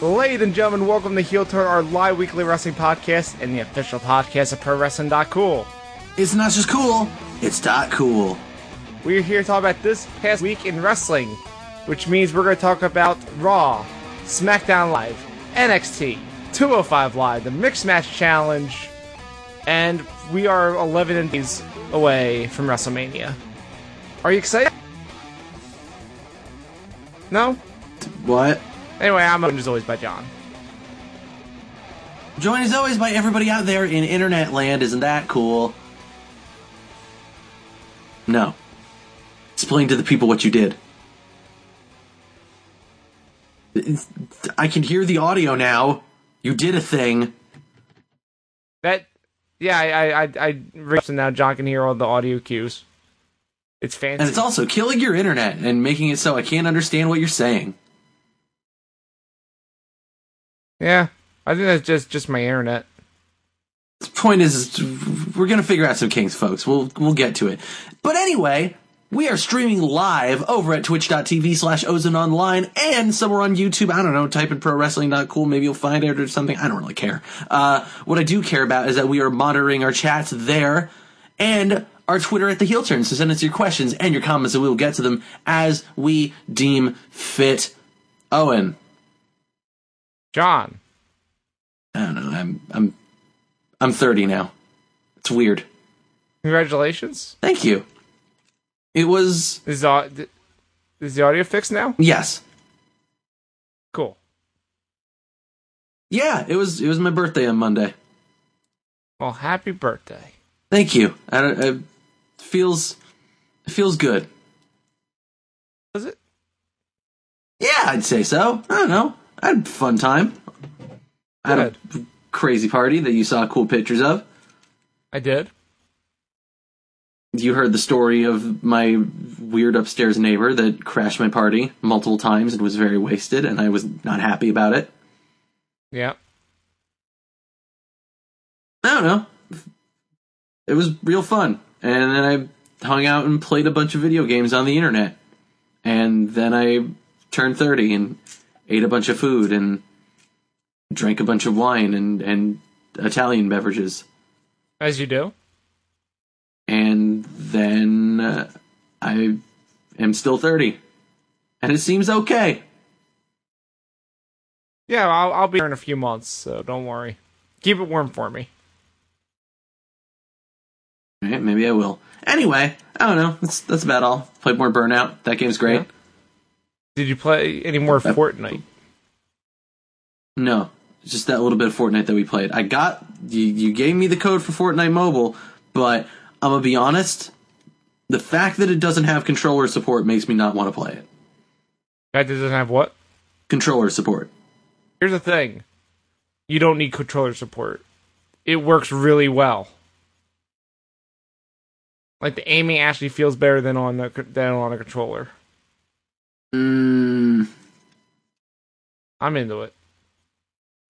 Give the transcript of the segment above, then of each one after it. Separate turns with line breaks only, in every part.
Ladies and gentlemen, welcome to Heel Turn, our live weekly wrestling podcast and the official podcast of ProWrestling.cool.
It's not just cool, it's not cool.
We're here to talk about this past week in wrestling, which means we're going to talk about Raw, SmackDown Live, NXT, 205 Live, the Mixed Match Challenge, and we are 11 days away from WrestleMania. Are you excited? No?
What?
Anyway, I'm just always by John.
Joined as always by everybody out there in internet land, isn't that cool? No. Explain to the people what you did. It's- I can hear the audio now. You did a thing.
That, yeah, I, I, I, I ripped and now John can hear all the audio cues. It's fancy.
And it's also killing your internet and making it so I can't understand what you're saying.
yeah, I think that's just just my internet.
The point is, we're gonna figure out some kinks, folks. We'll we'll get to it. But anyway, we are streaming live over at twitch.tv slash Ozen Online and somewhere on YouTube. I don't know, type in pro wrestling.cool, maybe you'll find it or something. I don't really care. Uh, what I do care about is that we are monitoring our chats there and our Twitter at the heel turn. So send us your questions and your comments and we will get to them as we deem fit. Owen.
John,
I don't know, I'm I'm I'm thirty now. It's weird.
congratulations.
Thank you. It was
Is the, au- th- is the audio fixed now?
yes,
Cool.
yeah. It was it was my birthday on Monday.
Well, happy birthday.
Thank you. I don't. It feels it feels good.
Was it?
Yeah, I'd say so. I don't know. I had a fun time. I had a crazy party that you saw cool pictures of.
I did.
You heard the story of my weird upstairs neighbor that crashed my party multiple times and was very wasted, and I was not happy about it.
Yeah.
I don't know. It was real fun. And then I hung out and played a bunch of video games on the internet. And then I turned 30 and ate a bunch of food and drank a bunch of wine and, and Italian beverages.
As you do.
And then uh, I am still 30. And it seems okay.
Yeah, I'll, I'll be here in a few months, so don't worry. Keep it warm for me.
All right, maybe I will. Anyway, I don't know. That's, that's about all. Played more Burnout. That game's great.
Yeah. Did you play any more Fortnite?
No, it's just that little bit of Fortnite that we played. I got you. You gave me the code for Fortnite Mobile, but I'm gonna be honest. The fact that it doesn't have controller support makes me not want to play it.
That doesn't have what?
Controller support.
Here's the thing. You don't need controller support. It works really well. Like the aiming actually feels better than on a, than on a controller.
Mm,
I'm into it.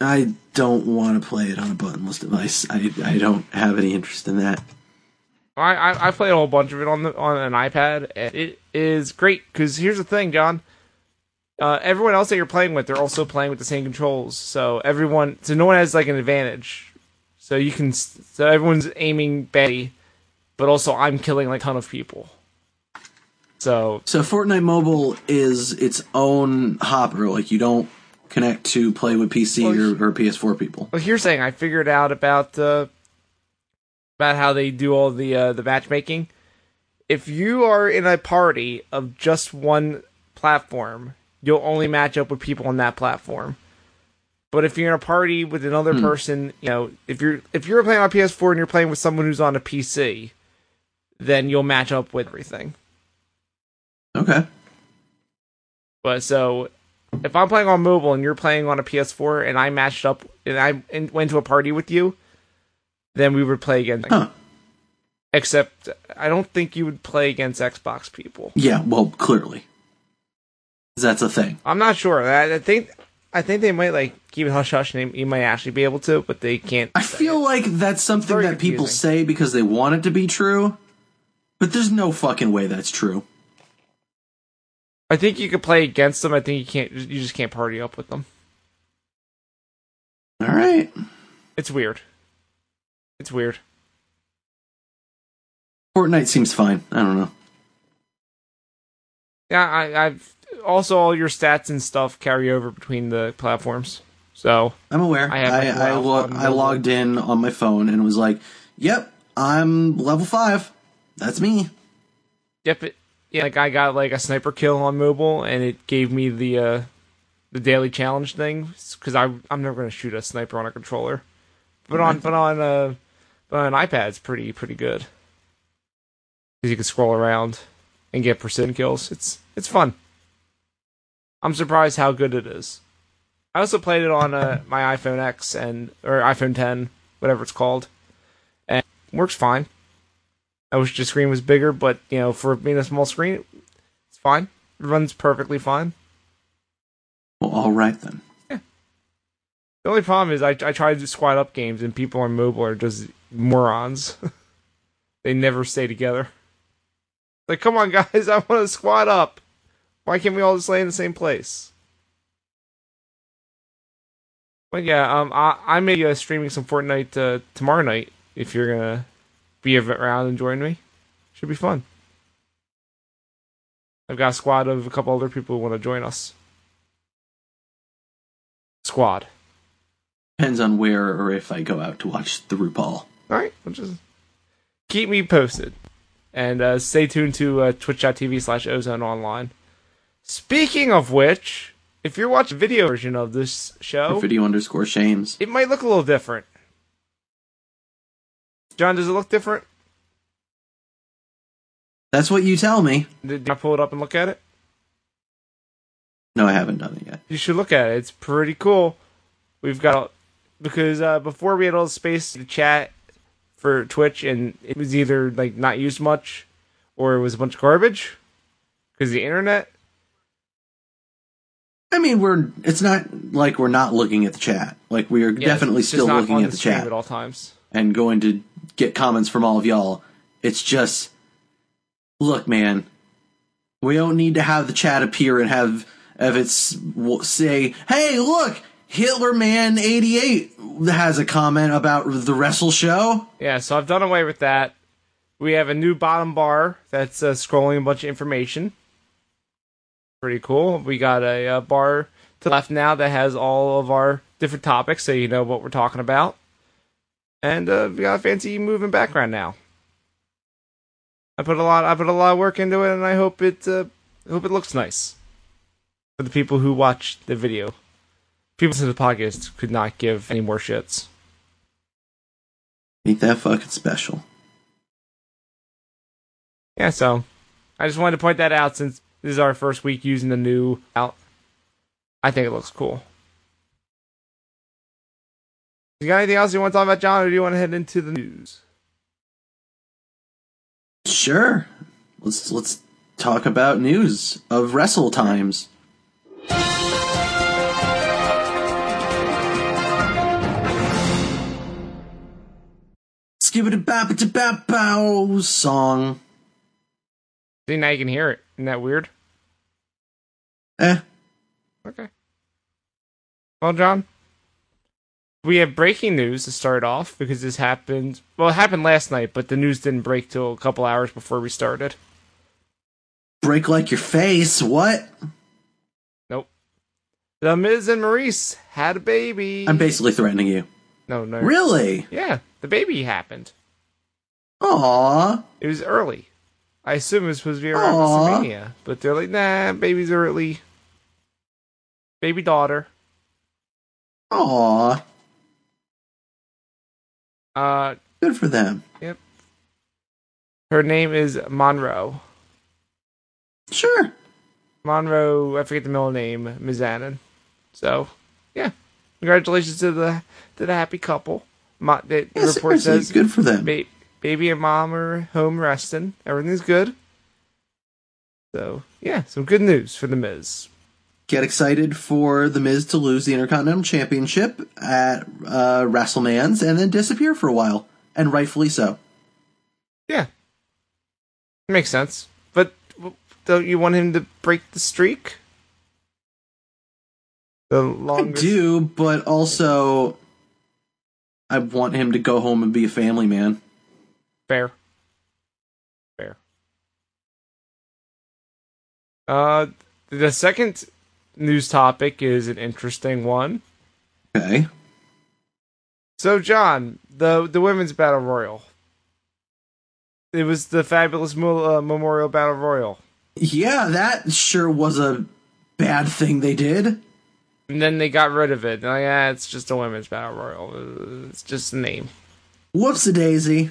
I don't want to play it on a buttonless device. I I don't have any interest in that.
I, I I played a whole bunch of it on the on an iPad, and it is great. Because here's the thing, John. Uh, everyone else that you're playing with, they're also playing with the same controls. So everyone, so no one has like an advantage. So you can, s- so everyone's aiming Betty, but also I'm killing like a ton of people. So
So Fortnite Mobile is its own hopper. Like you don't connect to play with PC or, or PS4 people.
well, here's the thing. I figured out about uh, about how they do all the uh, the matchmaking. If you are in a party of just one platform, you'll only match up with people on that platform. But if you're in a party with another person, you know, if you're if you're playing on PS4 and you're playing with someone who's on a PC, then you'll match up with everything.
Okay.
But so if I'm playing on mobile and you're playing on a PS4 and I matched up and I and went to a party with you, then we would play against.
Huh.
Except I don't think you would play against Xbox people.
Yeah. Well, clearly, that's a thing.
I'm not sure. I, I think I think they might like keep it hush hush. And they, you might actually be able to, but they can't.
I feel like that's something
Very
that people
confusing.
say because they want it to be true, but there's no fucking way that's true.
I think you could play against them. I think you can't. You just can't party up with them.
All right.
It's weird. It's weird.
Fortnite seems fine. I don't know.
Yeah, I, I've also all your stats and stuff carry over between the platforms. So
I'm aware.
I
I
have it
I,
logged
lo-
on
I
the-
logged in on my phone and was like, "Yep, I'm level five. That's me."
yep, it, yeah, like I got like a sniper kill on mobile, and it gave me the uh the daily challenge thing because I I'm never gonna shoot a sniper on a controller, but on but on uh but on an iPad it's pretty pretty good because you can scroll around and get percent kills. It's it's fun. I'm surprised how good it is. I also played it on uh, my iPhone X and or iPhone 10, whatever it's called, and it works fine. I wish the screen was bigger, but you know, for being a small screen, it's fine. It runs perfectly fine.
Well, all right then.
The only problem is I I try to do squad up games and people on mobile are just morons. they never stay together. Like, come on, guys, I want to squad up. Why can't we all just lay in the same place? But yeah, um, I I may be uh, streaming some Fortnite uh, tomorrow night if you're gonna be around and join me. Should be fun. I've got a squad of a couple other people who want to join us. Squad.
Depends on where or if I go out to watch the RuPaul.
All right, we'll just keep me posted, and uh, stay tuned to uh, twitch.tv slash ozone online. Speaking of which, if you're watching video version of this
Or
show,
Video underscore shames.
it might look a little different. John, does it look different?
That's what you tell me.
Did did I pull it up and look at it?
No, I haven't done it yet.
You should look at it. It's pretty cool. We've got because uh, before we had all the space to chat for Twitch, and it was either like not used much, or it was a bunch of garbage because the internet.
I mean, we're it's not like we're not looking at the chat. Like we are
Yeah,
definitely
it's just
still
not
looking
on
at the,
stream
chat
at all times.
and going to get comments from all of y'all. It's just look, man. We don't need to have the chat appear and have if it's w- say, "Hey, look, Hitlerman 88 has a comment about the wrestle show."
Yeah, so I've done away with that. We have a new bottom bar that's uh, scrolling a bunch of information. Pretty cool. We got a, uh bar to the left now that has all of our different topics, so you know what we're talking about. And uh, we got a fancy moving background now. I put a lot. I put a lot of work into it, and I hope it. Uh, I hope it looks nice for the people who watch the video. People to the podcast could not give any more shits.
Ain't that fucking special?
Yeah, so I just wanted to point that out since this is our first week using the new out. I think it looks cool. You got anything else you want to talk about, John, or do you want to head into the news?
Sure. Let's let's talk about news of wrestle times. Skibbity bap bap bow song.
See, now you can hear it. Isn't that weird?
Eh.
Okay. Well, John, we have breaking news to start off because this happened. Well, it happened last night, but the news didn't break till a couple hours before we started.
Break like your face. What?
Nope. The Miz and Maurice had a baby.
I'm basically threatening you.
no, no.
Really?
Yeah, the baby happened.
Aw.
It was early. I assume it was supposed to be around
Aw.
WrestleMania, but they're like, nah, baby's early. Baby daughter.
Aw.
Uh,
Good for them.
her name is Monroe.
Sure.
Monroe, I forget the middle name, Mizanin. So, yeah, congratulations to the to the happy couple. Mo- the
Yeah,
report
seriously,
says
good for them.
ba- baby and mom are home resting. Everything's good. So, yeah, some good news for the Miz.
get excited for The Miz to lose the Intercontinental Championship at uh, WrestleMans and then disappear for a while, and rightfully so.
Yeah. Makes sense. But w- don't you want him to break the streak? The
I
longest.
do, but also I want him to go home and be a family man.
Fair. Fair. Uh, the second news topic is an interesting one.
Okay.
So, John, the the women's battle royal. It was the fabulous Mo- uh, Memorial Battle Royal,
Yeah, that sure was a bad thing they did.
and then they got rid of it. They're Like, ah, it's just a women's battle royal. Uh, It's just a name.
Whoops a daisy.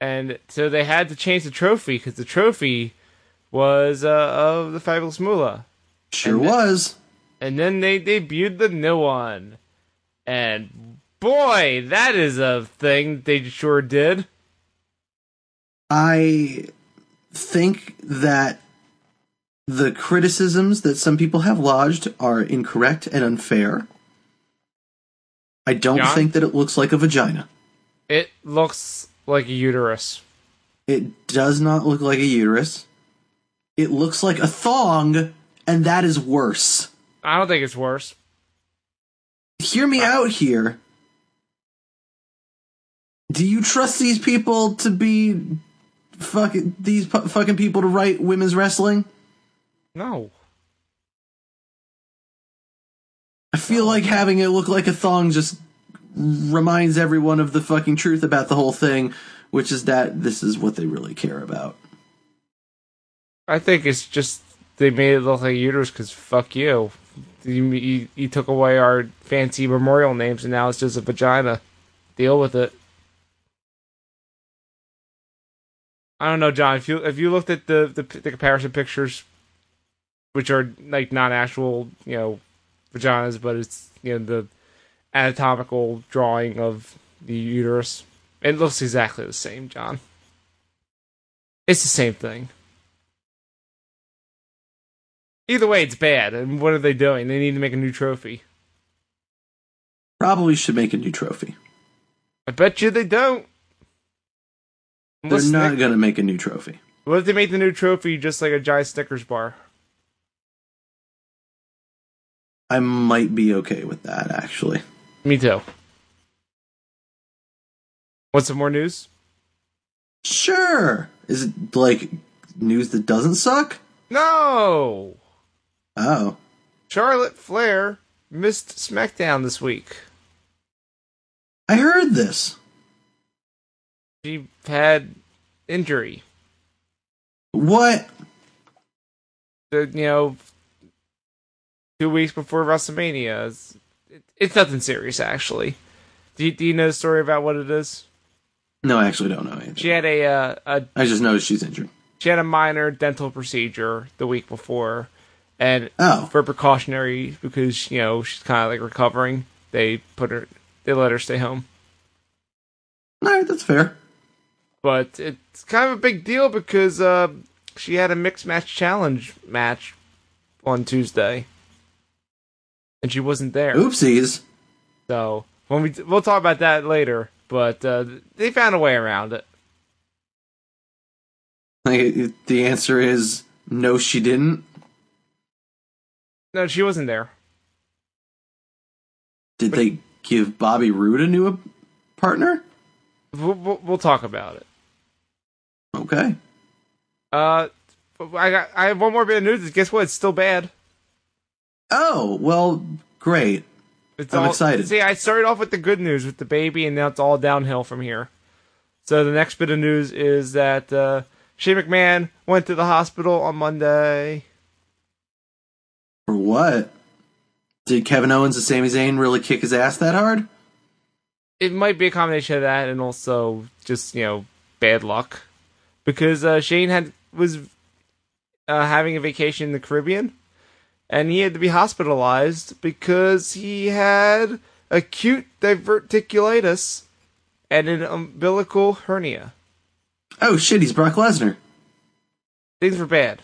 and so they had to change the trophy because the trophy was uh, of the fabulous Moolah.
Sure was.
And then they debuted the new one, and boy, that is a thing they sure did.
I think that the criticisms that some people have lodged are incorrect and unfair. I don't
John?
think that it looks like a vagina.
It looks like a uterus.
It does not look like a uterus. It looks like a thong, and that is worse.
I don't think it's worse.
Hear me out here. Do you trust these people to be fucking these pu- fucking people to write women's wrestling?
No,
I feel like having it look like a thong just reminds everyone of the fucking truth about the whole thing, which is that this is what they really care about.
I think it's just they made it look like a uterus because fuck you. You, you. you took away our fancy memorial names, and now it's just a vagina. Deal with it. I don't know, John. If you if you looked at the the, the comparison pictures, which are like not actual, you know, vaginas, but it's you know the anatomical drawing of the uterus, it looks exactly the same, John. It's the same thing. Either way, it's bad. And what are they doing? They need to make a new trophy.
Probably should make a new trophy.
I bet you they don't.
They're
Unless
not
Snick-
going to make a new trophy.
what if they make the new trophy just like a giant Snickers bar?
I might be okay with that actually.
Me too. Want some more news?
Sure. Is it like news that doesn't suck?
No!
Oh.
Charlotte Flair missed SmackDown this week.
I heard this.
She had injury.
What?
The, you know, two weeks before WrestleMania. It's, it, it's nothing serious, actually. Do you, do you know the story about what it is?
No, I actually don't know anything.
She had a, uh, a
I just know she's injured.
she had a minor dental procedure the week before, and
Oh.
for precautionary because you know she's kind of like recovering, they put her they let her stay home.
All right, that's fair.
But it's kind of a big deal because uh, she had a mixed match challenge match on Tuesday, and she wasn't there.
Oopsies.
So when we we'll talk about that later, but uh, they found a way around it.
Like, it- the answer is no she didn't.
No, she wasn't there.
Did they give Bobby Roode a new partner?
We'll, we'll, we'll talk about it.
Okay.
Uh, I got. I have one more bit of news. Guess what? It's still bad.
Oh, well, great.
It's
I'm
all,
excited.
See, I started off with the good news with the baby, and now it's all downhill from here. So the next bit of news is that uh, Shane McMahon went to the hospital on Monday.
For what? Did Kevin Owens and Sami Zayn really kick his ass that hard?
It might be a combination of that and also just you know bad luck, because uh, Shane had was uh, having a vacation in the Caribbean, and he had to be hospitalized because he had acute diverticulitis and an umbilical hernia.
Oh shit, he's Brock Lesnar.
Things were bad.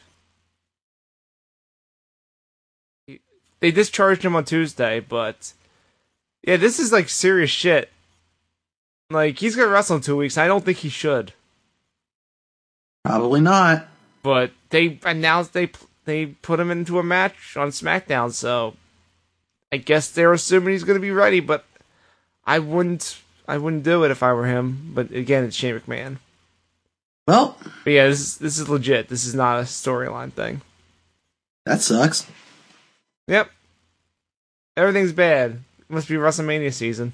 They discharged him on Tuesday, but yeah, this is like serious shit. Like he's gonna wrestle in two weeks. I don't think he should,
Probably not.
but they announced they they put him into a match on SmackDown, so I guess they're assuming he's gonna be ready. But I wouldn't. I wouldn't do it if I were him. But again, it's Shane McMahon.
Well,
But yeah, this, this is legit. This is not a storyline thing.
that sucks.
Yep. Everything's bad. Must be WrestleMania season.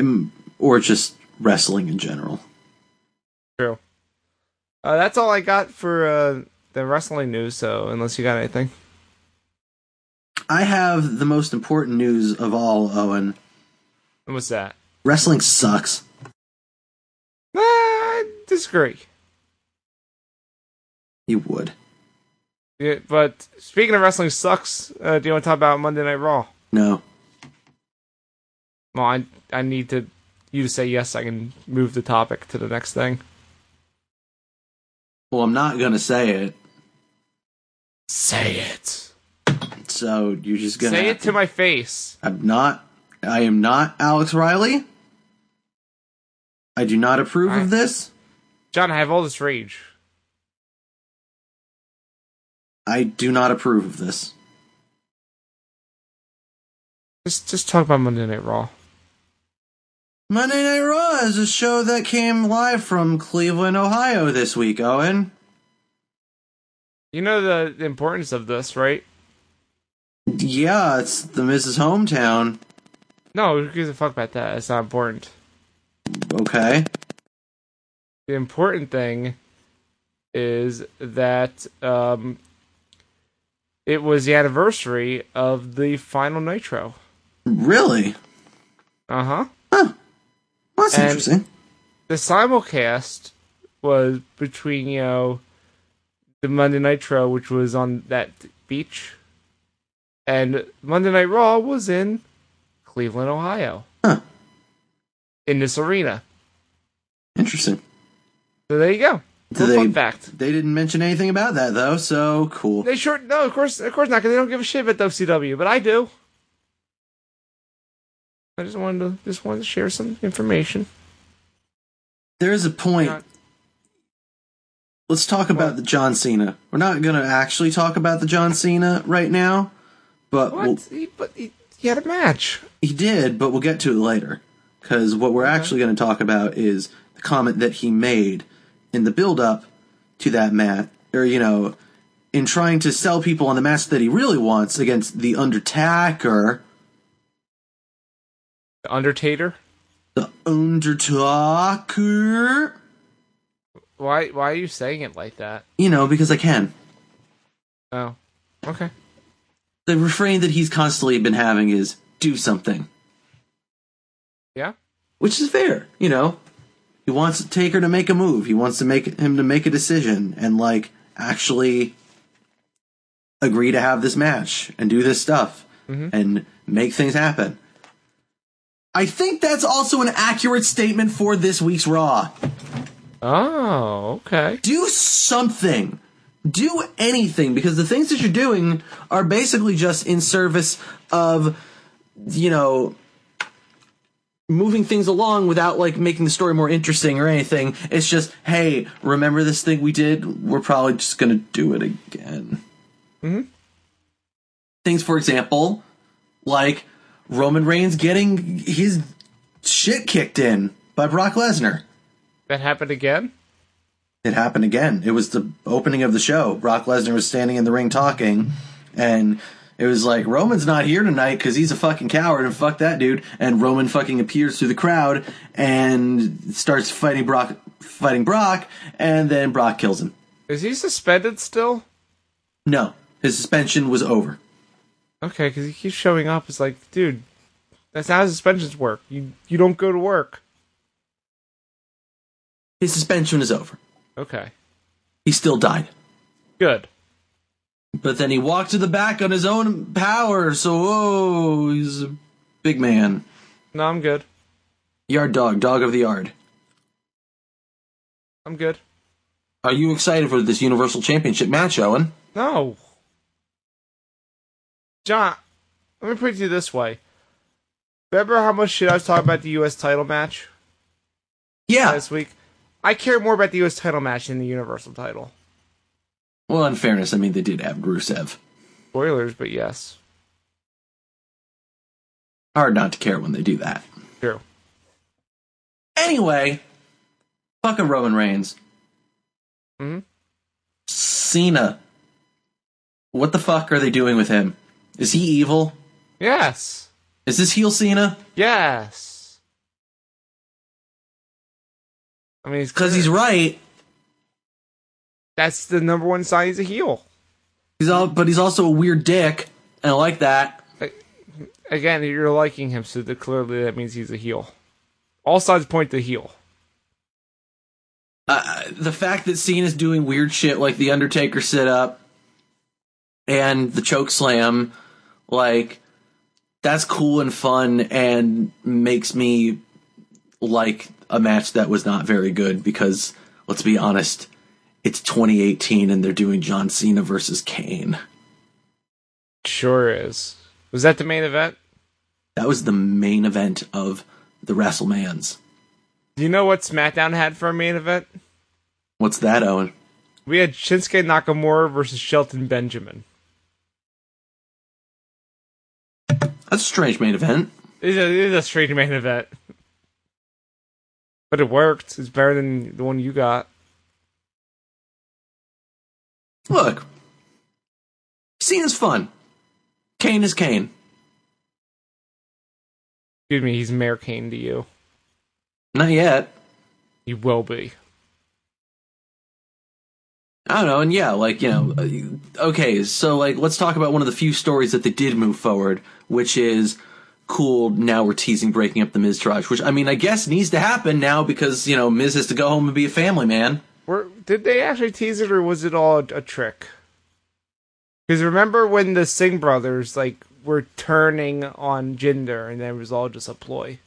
Mm, Or just wrestling in general.
True. Uh, that's all I got for uh, the wrestling news. So unless you got anything,
I have the most important news of all, Owen.
And what's that?
Wrestling sucks.
Nah, I disagree.
You would.
Yeah, but speaking of wrestling sucks, uh, do you want to talk about Monday Night Raw?
No.
Well, I I need to you to say yes. I can move the topic to the next thing.
Well, I'm not going to say it.
Say it.
So you're just going
Say it to my face.
I'm not. I am not Alex Riley. I do not approve
Alright.
of this.
John, I have all this rage.
I do not approve of this.
Just just talk about Monday Night Raw.
Monday Night Raw is a show that came live from Cleveland, Ohio this week, Owen.
You know the, the importance of this, right?
Yeah, it's the Mrs. Hometown.
No, who gives a fuck about that? It's not important.
Okay.
The important thing is that um, it was the anniversary of the final Nitro.
Really?
Uh
Uh-huh.
huh.
Huh. Well, that's
And-
interesting.
the simulcast was between you know the Monday Nitro, which was on that beach, and Monday Night Raw was in Cleveland, Ohio,
Huh.
in this arena.
Interesting.
So there you go.
Do
Cool
they-
fun fact.
They didn't mention anything about that though, so cool.
They sure no, of course, of course not, because they don't give a shit about WCW, but I do. I just wanted to just wanted to share some information.
There is a point.
Not-
Let's talk about the John Cena. We're not gonna actually talk about the John Cena right now, but
What?
we'll,
he, but he, he had a match.
he did. But we'll get to it later because what we're actually going to talk about is the comment that he made in the build-up to that match, or you know, in trying to sell people on the match that he really wants against the Undertaker.
The Undertaker.
The Undertaker.
Why? Why are you saying it like that?
You know, because I can.
Oh, okay.
The refrain that he's constantly been having is "do something."
Yeah.
which is fair, you know. He wants Taker to make a move. He wants to make him to make a decision and like actually agree to have this match and do this stuff and make things happen. I think that's also an accurate statement for this week's Raw.
Oh, okay.
Do something. Do anything because the things that you're doing are basically just in service of you know moving things along without like making the story more interesting or anything. It's just, hey, remember this thing we did? We're probably just gonna do it again.
Mhm.
Things, for example, like Roman Reigns getting his shit kicked in by Brock Lesnar.
That happened again.
It happened again. It was the opening of the show. Brock Lesnar was standing in the ring talking, and it was like Roman's not here tonight because he's a fucking coward and fuck that dude. And Roman fucking appears through the crowd and starts fighting Brock, fighting Brock, and then Brock kills him.
Is he suspended still?
No, his suspension was over.
Okay, because he keeps showing up. It's like, dude, that's not how suspensions work. You you don't go to work.
His suspension is over.
Okay,
He still died.
good.
But then he walked to the back on his own power. So whoa, he's a big man.
No, I'm good.
Yard dog, dog of the yard.
I'm good.
Are you excited for this Universal Championship match, Owen?
No, John. Let me put it to you this way. Remember how much shit I was talking about the U.S. title match
Yeah.
last week? I care more about the U.S. title match than the Universal title.
well, in fairness, I mean they did have Rusev.
Spoilers, but yes.
Hard not to care when they do that.
True.
Anyway, fuck a Roman Reigns.
Mhm.
Cena. What the fuck are they doing with him? Is he evil?
Yes.
Is this heel Cena?
Yes. I mean,
Because he's right.
that's the number one sign he's a heel.
He's all, but he's also a weird dick, and I like that.
Again, you're liking him, so that clearly that means he's a heel. All sides point to heel.
Uh, the fact that Cena's doing weird shit like the Undertaker sit up and the choke slam, like that's cool and fun, and makes me like a match that was not very good because let's be honest, it's 2018 and they're doing John Cena versus Kane.
Sure is. Was that the main event?
That was the main event of the WrestleMans.
Do you know what SmackDown had for a main event?
What's that, Owen?
We had Shinsuke Nakamura versus Shelton Benjamin.
That's a strange main event.
It is a, it is a straight main event. But it worked. It's better than the one you got.
Look, Cena's fun. Kane is Kane.
Excuse me, he's Mayor Kane to you.
Not yet.
He will be.
I don't know. And yeah, like, you know, uh, okay, so like, let's talk about one of the few stories that they did move forward, which is cool. Now we're teasing breaking up the Miz Taraj, which I mean, I guess needs to happen now because, you know, Miz has to go home and be a family man.
Were, did they actually tease it, or was it all a trick? Because remember when the Singh brothers like were turning on Jinder, and that was all just a ploy.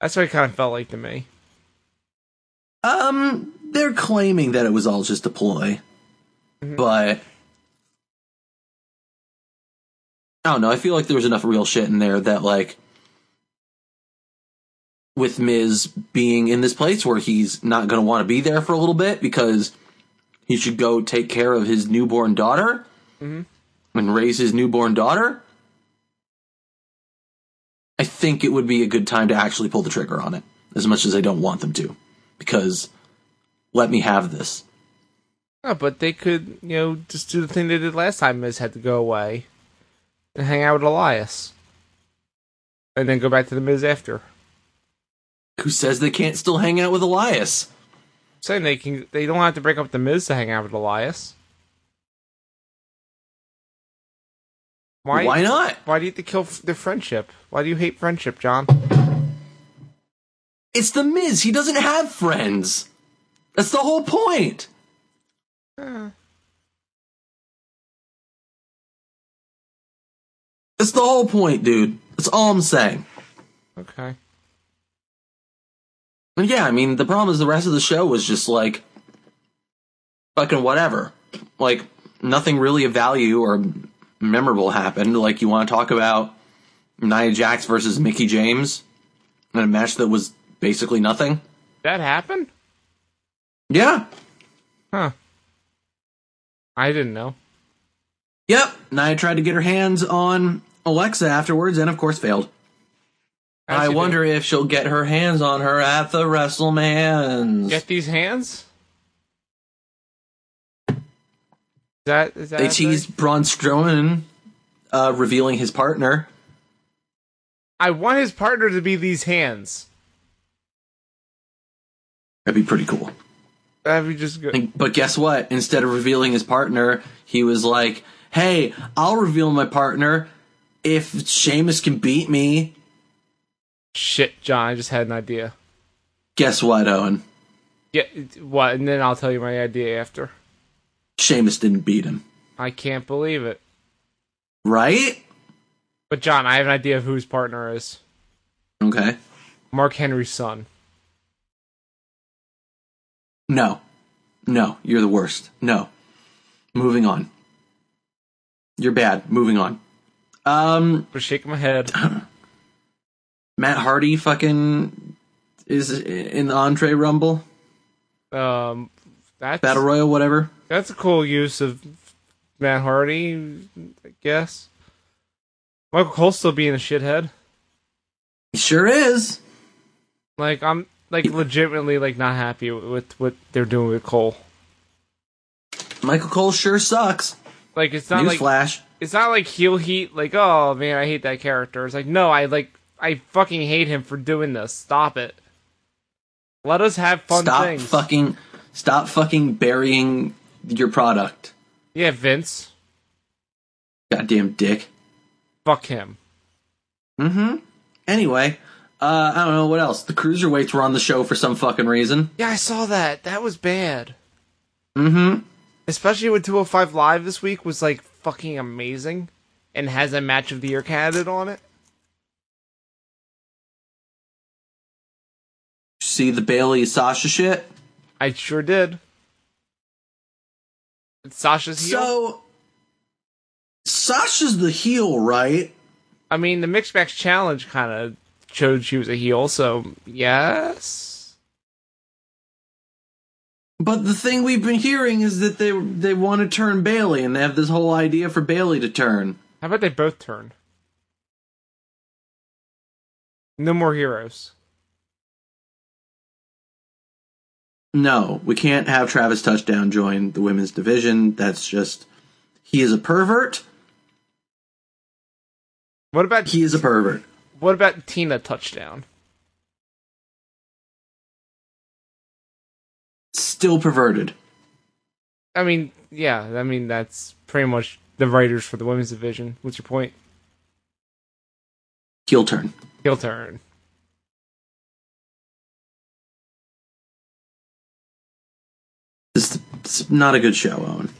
That's what it kind of felt like to me.
Um, they're claiming that it was all just a ploy, but I don't know. I feel like there was enough real shit in there that, like, with Miz being in this place where he's not going to want to be there for a little bit because he should go take care of his newborn daughter and raise his newborn daughter. I think it would be a good time to actually pull the trigger on it, as much as I don't want them to, because let me have this.
Oh, but they could, you know, just do the thing they did last time. Miz had to go away and hang out with Elias, and then go back to the Miz after.
Who says they can't still hang out with Elias?
Saying they can, they don't have to break up the Miz to hang out with Elias.
Why, not?
Why do you have to kill f- the friendship? Why do you hate friendship, John?
It's the Miz. He doesn't have friends. That's the whole point.
Eh,
That's the whole point, dude. That's all I'm saying.
okay.
And yeah, I mean, the problem is the rest of the show was just like fucking whatever. Like nothing really of value or memorable happened. Like you want to talk about Nia Jax versus Mickey James in a match that was basically nothing.
That happened?
Yeah.
Huh. I didn't know.
Yep. Nia tried to get her hands on Alexa afterwards and of course failed.
How'd
I
you do-
wonder if she'll get her hands on her at the WrestleMans.
Get these hands? Is that is that
they
a thing?
teased Braun Strowman uh, revealing his partner.
I want his partner to be these hands.
That'd be pretty cool.
That'd be just good.
And- But guess what? Instead of revealing his partner, he was like, "Hey, I'll reveal my partner if Seamus can beat me."
Shit, John, I just had an idea.
Guess what, Owen?
Yeah, it- what? And then I'll tell you my idea after.
Seamus didn't beat him,
I can't believe it.
right?
But John, I have an idea of who his partner is.
Okay.
Mark Henry's son.
No, no, you're the worst. No. Moving on. You're bad. Moving on. Um,
I'm shaking my head.
Matt Hardy fucking is in the entree rumble
Um, that's
battle royal, whatever.
that's a cool use of Matt Hardy, I guess. Michael Cole's still being a shithead.
He sure is.
Like I'm like legitimately like not happy with what they're doing with Cole.
Michael Cole sure sucks.
Like it's not like
Newsflash.
it's not like heel heat. Like oh man, I hate that character. It's like no, I like I fucking hate him for doing this. Stop it. Let us have fun
stop
things.
fucking stop fucking burying your product.
yeah, Vince.
Goddamn dick.
Fuck him.
Mm-hmm. Anyway, uh, I don't know what else. The cruiserweights were on the show for some fucking reason.
Yeah, I saw that. That was bad.
Mm-hmm.
Especially when 205 Live this week was like fucking amazing and has a match of the year candidate on it.
See the Bailey Sasha shit.
I sure did. It's Sasha's heel.
So Sasha's the heel, right?
I mean, the Mixed Match Challenge kind of showed she was a heel, so yes.
But the thing we've been hearing is that they they want to turn Bailey, and they have this whole idea for Bailey to turn.
How about they both turn? No more heroes.
No, we can't have Travis Touchdown join the women's division. That's just he is a pervert.
What about
He is a pervert.
what about Tina touchdown?
Still perverted.
I mean, yeah, I mean that's pretty much the writers for the women's division. What's your point?
Heel turn.
Heel turn.
This is not a good show, Owen.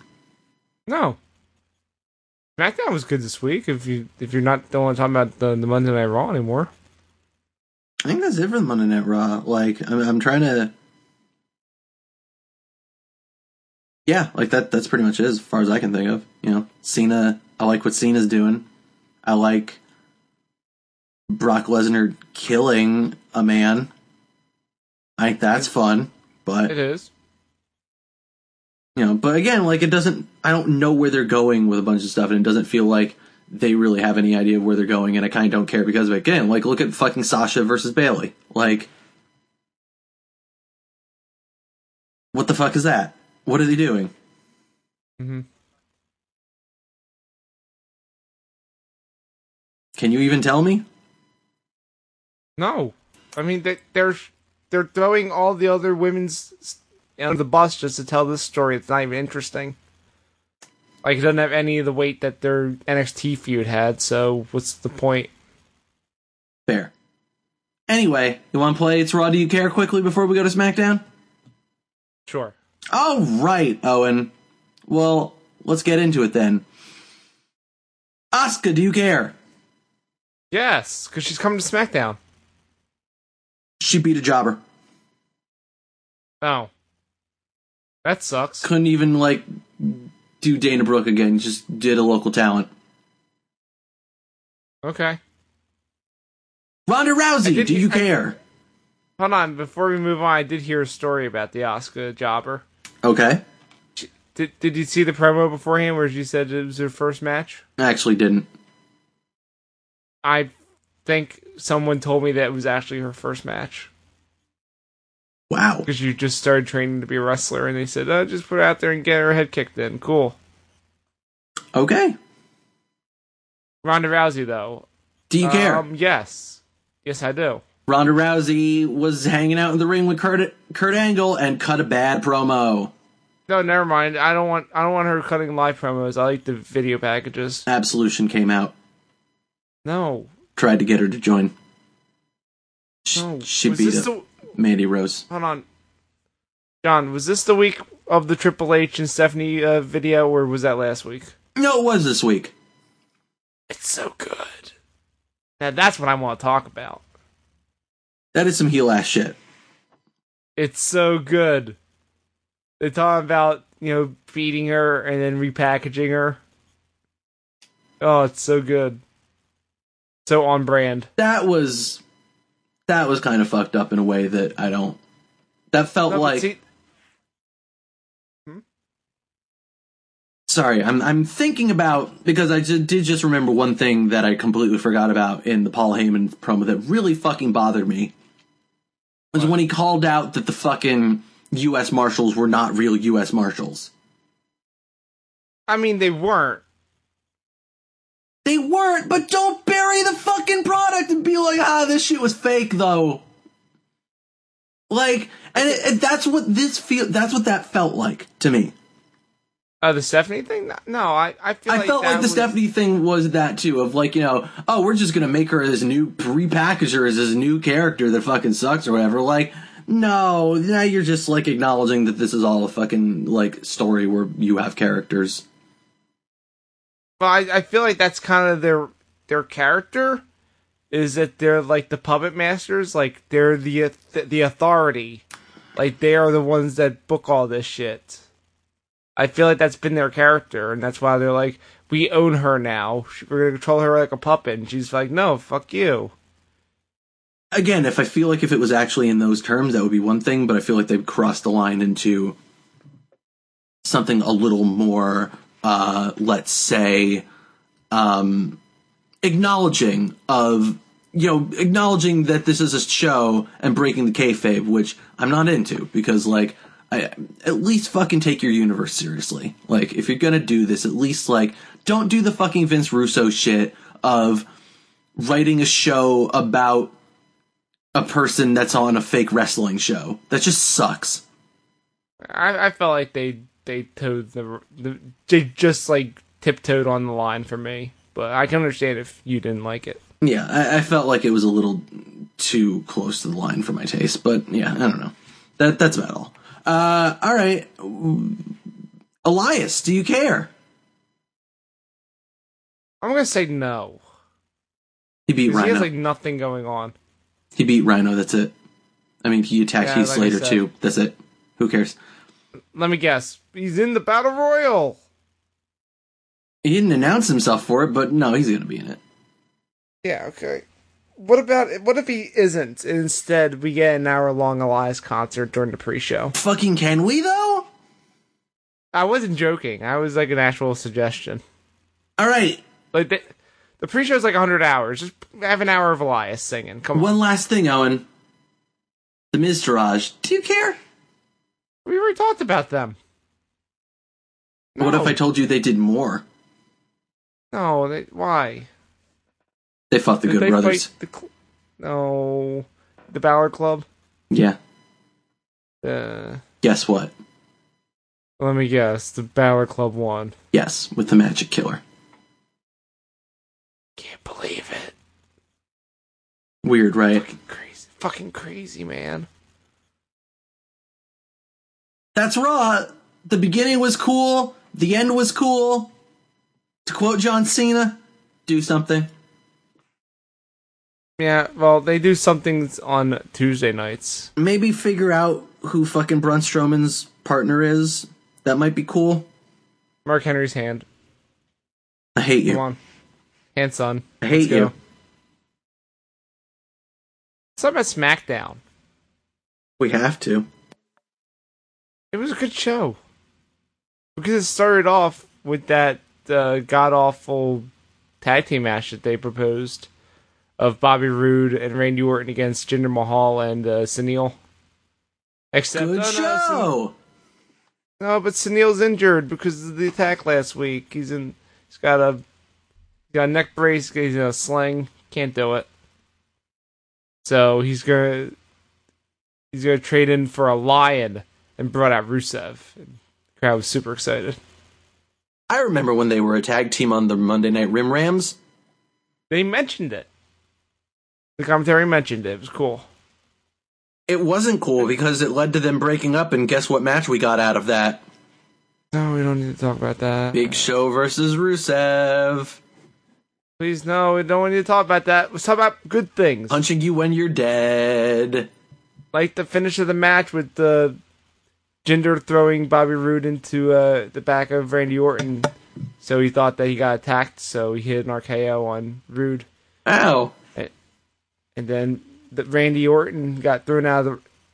No. SmackDown was good this week. If you if you're not don't want to talk about the, the Monday Night Raw anymore,
I think that's it for the Monday Night Raw. Like, I'm, I'm trying to. Yeah, like that. That's pretty much it as far as I can think of. You know, Cena. I like what Cena's doing. I like Brock Lesnar killing a man. I think that's fun,
it
but
is.
you know, but again, like it doesn't. I don't know where they're going with a bunch of stuff, and it doesn't feel like they really have any idea of where they're going. And I kind of don't care because of it. Again, like look at fucking Sasha versus Bailey. Like, what the fuck is that? What are they doing?
hmm
Can you even tell me?
No, I mean they, they're they're throwing all the other women's under the bus just to tell this story. It's not even interesting. Like it doesn't have any of the weight that their NXT feud had. So what's the point?
Fair. Anyway, you want to play It's Raw Do You Care quickly before we go to SmackDown?
Sure.
All right, Owen. Well, let's get into it then. Asuka, do you care?
Yes, because she's coming to SmackDown.
She beat a jobber.
Oh, that sucks.
couldn't even like do Dana Brooke again. Just did a local talent.
Okay.
Ronda
I
Rousey,
did-
do you
I-
care?
Hold on, before we move on, I did hear a story about the Oscar jobber.
Okay,
Did Did you see the promo beforehand where she said it was her first match?
I actually didn't.
I think someone told me that it was actually her first match
Wow,
because you just started training to be a wrestler, and they said, "Oh, just put her out there and get her head kicked." In cool.
okay.
Ronda Rousey, though.
Do you care?
Um, yes, yes, I do.
Ronda Rousey was hanging out in the ring with Kurt, Kurt Angle and cut a bad promo.
No, never mind. I don't want. I don't want her cutting live promos. I like the video packages.
Absolution came out,
No,
tried to get her to join. She,
no.
she
Oh, was
beat
this
up
the,
Mandy Rose.
hold on, John. Was this the week of the Triple H and Stephanie uh, video, or was that last week?
No, it was this week.
It's so good. Now that's what I want to talk about.
That is some heel ass shit.
It's so good. They talk about, you know, beating her and then repackaging her. Oh, it's so good. So on brand.
That was that was kind of fucked up in a way that I don't. That felt
No, but
like
see-
Sorry, I'm I'm thinking about because I ju- did just remember one thing that I completely forgot about in the Paul Heyman promo that really fucking bothered me was when he called out that the fucking U.S. Marshals were not real U.S. Marshals.
I mean, they weren't.
They weren't, but don't bury the fucking product and be like, ah, this shit was fake though. Like, and, it, and that's what this feel. That's what that felt like to me.
Uh, the Stephanie thing? No, I I feel
I
like
felt
that
like the
was-
Stephanie thing was that too, of like, you know, oh, we're just gonna make her as new repackage her as this new character that fucking sucks or whatever. Like, no, now you're just like acknowledging that this is all a fucking like story where you have characters.
But I, I feel like that's kind of their their character is that they're like the puppet masters, like they're the auth- the authority, like they are the ones that book all this shit. I feel like that's been their character, and that's why they're like, we own her now. We're gonna control her like a puppet, and she's like, no, fuck you.
Again, if I feel like if it was actually in those terms, that would be one thing, but I feel like they've crossed the line into something a little more, uh, let's say, um, acknowledging of you know acknowledging that this is a show and breaking the kayfabe, which I'm not into because like I at least fucking take your universe seriously. Like if you're gonna do this, at least like don't do the fucking Vince Russo shit of writing a show about a person that's on a fake wrestling show. That just sucks.
I, I felt like they they toed the, the they just like tiptoed on the line for me, but I can understand if you didn't like it.
Yeah, I, I felt like it was a little too close to the line for my taste, but yeah, I don't know. That that's about all. Uh, all right, Elias, do you care?
I'm gonna say no.
He beat
'Cause He
Rhino.
has like nothing going on.
he beat Rhino. That's it. I mean, he attacked
Yeah,
Heath
like I
Slater
said.
too. That's it. Who cares?
Let me guess. He's in the battle royal.
He didn't announce himself for it, but no, he's gonna be in it.
Yeah. Okay. What about what if he isn't? And instead, we get an hour long Elias concert during the pre-show.
Fucking can we though?
I wasn't joking. I was like an actual suggestion.
All right,
Like the, the pre-show's like 100 hours. Just have an hour of Elias singing. Come on.
one last thing, Owen. The Miz Taraj, do you care?
We already talked about them.
What
No.
if I told you they did more?
No, they, why?
They fought the
Did
Good
they
Brothers.
fight the cl- no, the Balor Club.
Yeah.
Uh,
Guess what?
let me guess. The Balor Club won.
Yes, with the magic killer.
Can't believe it.
Weird, right?
Fucking crazy. Fucking crazy, man.
That's raw. The beginning was cool. The end was cool. To quote John Cena, do something.
Yeah, well, they do some things on Tuesday nights.
Maybe figure out who fucking Braun Strowman's partner is. That might be cool.
Mark Henry's hand.
I hate
Come
you.
on. Hand son.
I hate
go.
you.
Something at SmackDown.
We have to.
It was a good show. Because it started off with that uh, god awful tag team match that they proposed of Bobby Roode and Randy Orton against Jinder Mahal and uh, Sunil. Except,
Good
oh, no, Sunil-
show.
No, but Sunil's injured because of the attack last week. He's in. He's got a. He's got a neck brace. He's in a sling. Can't do it. So he's gonna. He's gonna trade in for a lion and brought out Rusev. And the crowd was super excited.
I remember when they were a tag team on the Monday Night Rim Rams.
They mentioned it. The commentary mentioned it. It was cool.
It wasn't cool because it led to them breaking up, and guess what match we got out of that?
No, we don't need to talk about that.
Big Show versus Rusev.
Please, no, we don't need to talk about that. Let's talk about good things.
Punching you when you're dead.
like the finish of the match with the Jinder throwing Bobby Roode into uh, the back of Randy Orton. So he thought that he got attacked, so he hit an RKO on Roode,
Ow.
and then the Randy Orton got thrown out of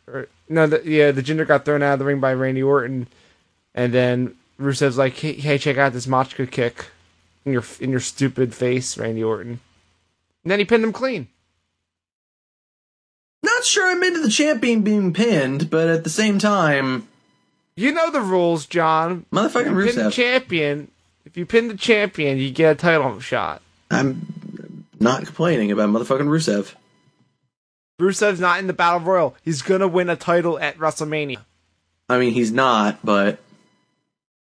the. Or, no, the, yeah, the Jinder got thrown out of the ring by Randy Orton, and then Rusev's like, hey, hey, check out this Machka kick in your in your stupid face, Randy Orton. And then he pinned him clean.
Not sure I'm into the champion being pinned, but at the same time,
You know the rules, John.
motherfucking
Pin the
Rusev.
champion. If you pin the champion, you get a title shot.
I'm not complaining about motherfucking Rusev.
Rusev's not in the battle royal. He's gonna win a title at WrestleMania.
I mean, he's not, but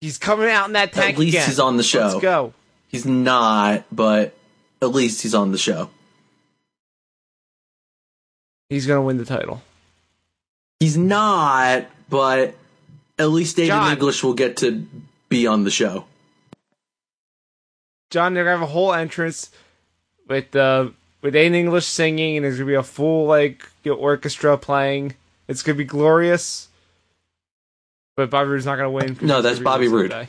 He's coming out in that tank
least
again.
he's on the show.
Let's go.
he's not, but at least he's on the show.
He's gonna win the title.
He's not, but at least David
John.
English will get to be on the show.
John, they're gonna have a whole entrance with uh with Aiden English singing, and there's gonna be a full like you know, orchestra playing. It's gonna be glorious. But Bobby Roode's not gonna win. 'cause
No, that's
Rusev
Bobby Roode.
guy.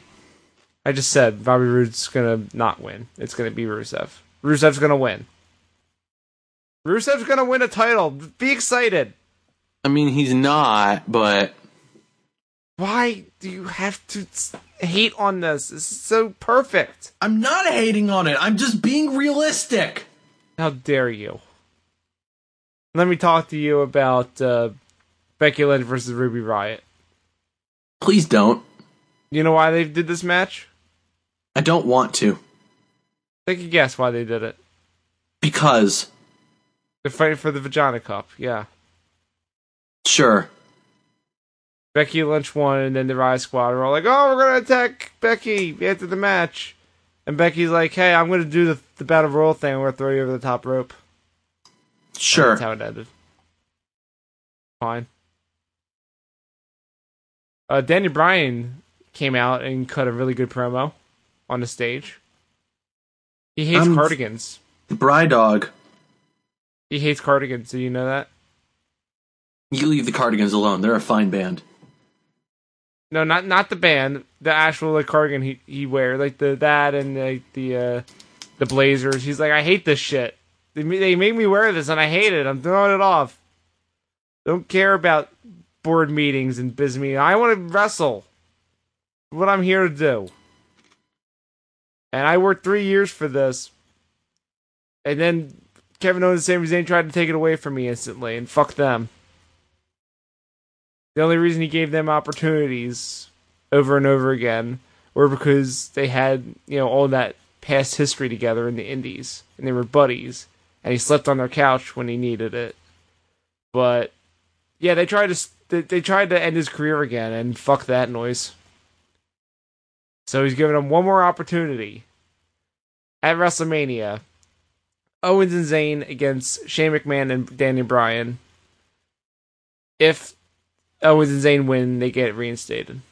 I just said Bobby Roode's gonna not win. It's gonna be Rusev. Rusev's gonna win. Rusev's gonna win a title. Be excited.
I mean, he's not, but
Why do you have to s- hate on this? This is so perfect.
I'm not hating on it. I'm just being realistic.
How dare you? Let me talk to you about uh, Becky Lynch versus Ruby Riot.
Please don't.
You know why they did this match?
I don't want to
Take a guess why they did it.
because
They're fighting for the Vagina Cup. Yeah.
sure,
Becky Lynch won, and then the Riot Squad are all like, "Oh, we're gonna attack Becky after the match," and Becky's like, "Hey, I'm gonna do the the battle royal thing. We're gonna throw you over the top rope."
sure.
That's how it ended. Fine. Uh, Danny Bryan came out and cut a really good promo on the stage. He hates
Um,
cardigans.
Bry dog,
He hates cardigans. Do you know that?
you leave the Cardigans alone. They're a fine band.
No, not not the band. The actual like cardigan he he wear like the that and like the uh, the blazers. He's like, I hate this shit. They ma- they made me wear this and I hate it. I'm throwing it off. Don't care about board meetings and biz meetings. I want to wrestle. What I'm here to do. And I worked three years for this. And then Kevin Owens and Sami Zayn tried to take it away from me instantly, and fuck them. The only reason he gave them opportunities over and over again were because they had, you know, all that past history together in the indies and they were buddies and he slept on their couch when he needed it. But yeah, they tried to s- they, they tried to end his career again and fuck that noise. So he's giving them one more opportunity at WrestleMania. Owens and Zayn against Shane McMahon and Danny Bryan. If Owens and Zayn Oh, win, they get reinstated.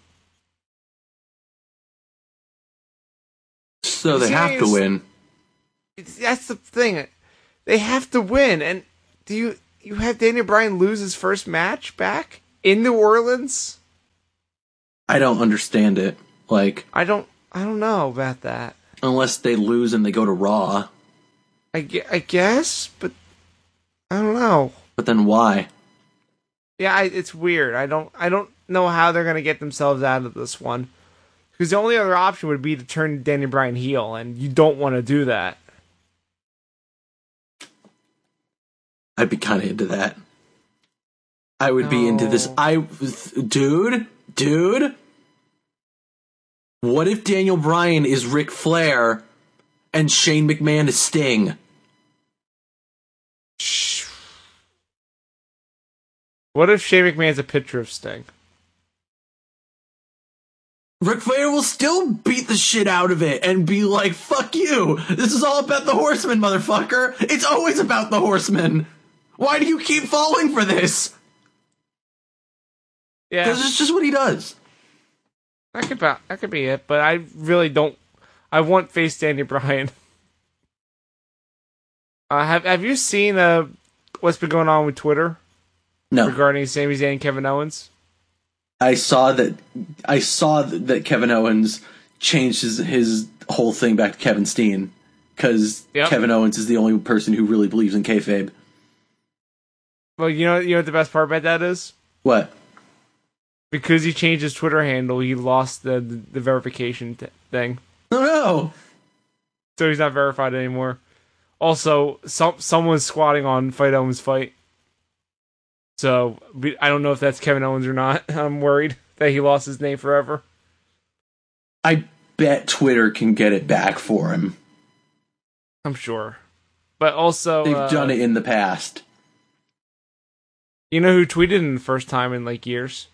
So they have to
Serious-
win.
It's, that's the thing. They have to win. And do you you have Daniel Bryan lose his first match back in New Orleans?
I don't understand it. Like
I don't I don't know about that.
unless they lose and they go to Raw,
I, gue- I guess, but I don't know.
but then why?
Yeah, I, it's weird. I don't I don't know how they're gonna get themselves out of this one. Because the only other option would be to turn Daniel Bryan heel, and you don't want to do that.
I'd be kind of into that. I would be into this.
No.
I, dude, dude. What if Daniel Bryan is Ric Flair and Shane McMahon is Sting?
Shh. What if Shane McMahon's a picture of Sting?
Ric Flair will still beat the shit out of it and be like, fuck you. This is all about the horseman, motherfucker. It's always about the horseman. Why do you keep falling for this?
Yeah.
Because it's just what he does.
That could be that could be it, but I really don't. I want face Danny Bryan. Uh, have Have you seen uh, what's been going on with Twitter
No.
regarding Sami Zayn and Kevin Owens?
I saw that I saw th- that Kevin Owens changed his, his whole thing back to Kevin Steen because
Yep.
Kevin Owens is the only person who really believes in kayfabe.
Well, you know you know what the best part about that is
What?
because he changed his Twitter handle, he lost the the, the verification t- thing,
No, no.
so he's not verified anymore. Also, some someone's squatting on Fight Owens fight, so we, I don't know if that's Kevin Owens or not. I'm worried that he lost his name forever.
I bet Twitter can get it back for him.
I'm sure, but also
They've
uh,
done it in the past.
You know who tweeted him the first time in like years?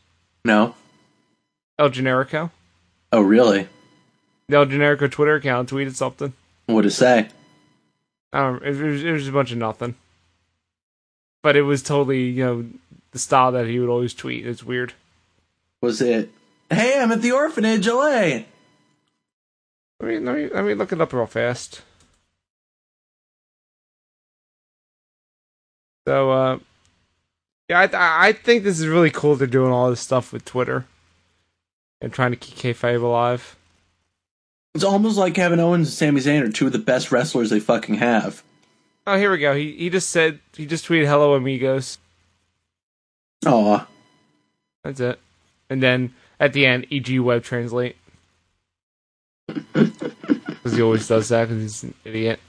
No.
El Generico.
Oh, really?
The El Generico Twitter account tweeted something.
What to say?
Um, it, was, it was a bunch of nothing. But it was totally, you know, the style that he would always tweet. It's weird.
Was it? Hey, I'm at the orphanage, LA.
Let me let me let me look it up real fast. So, uh, yeah, I th- I think this is really cool. They're doing all this stuff with Twitter and trying to keep kayfabe alive.
It's almost like Kevin Owens and Sami Zayn are two of the best wrestlers they fucking have.
Oh, here we go. He he just said he just tweeted "Hello, amigos."
Aw.
That's it. And then at the end, EG Web Translate. Because he always does that because he's an idiot.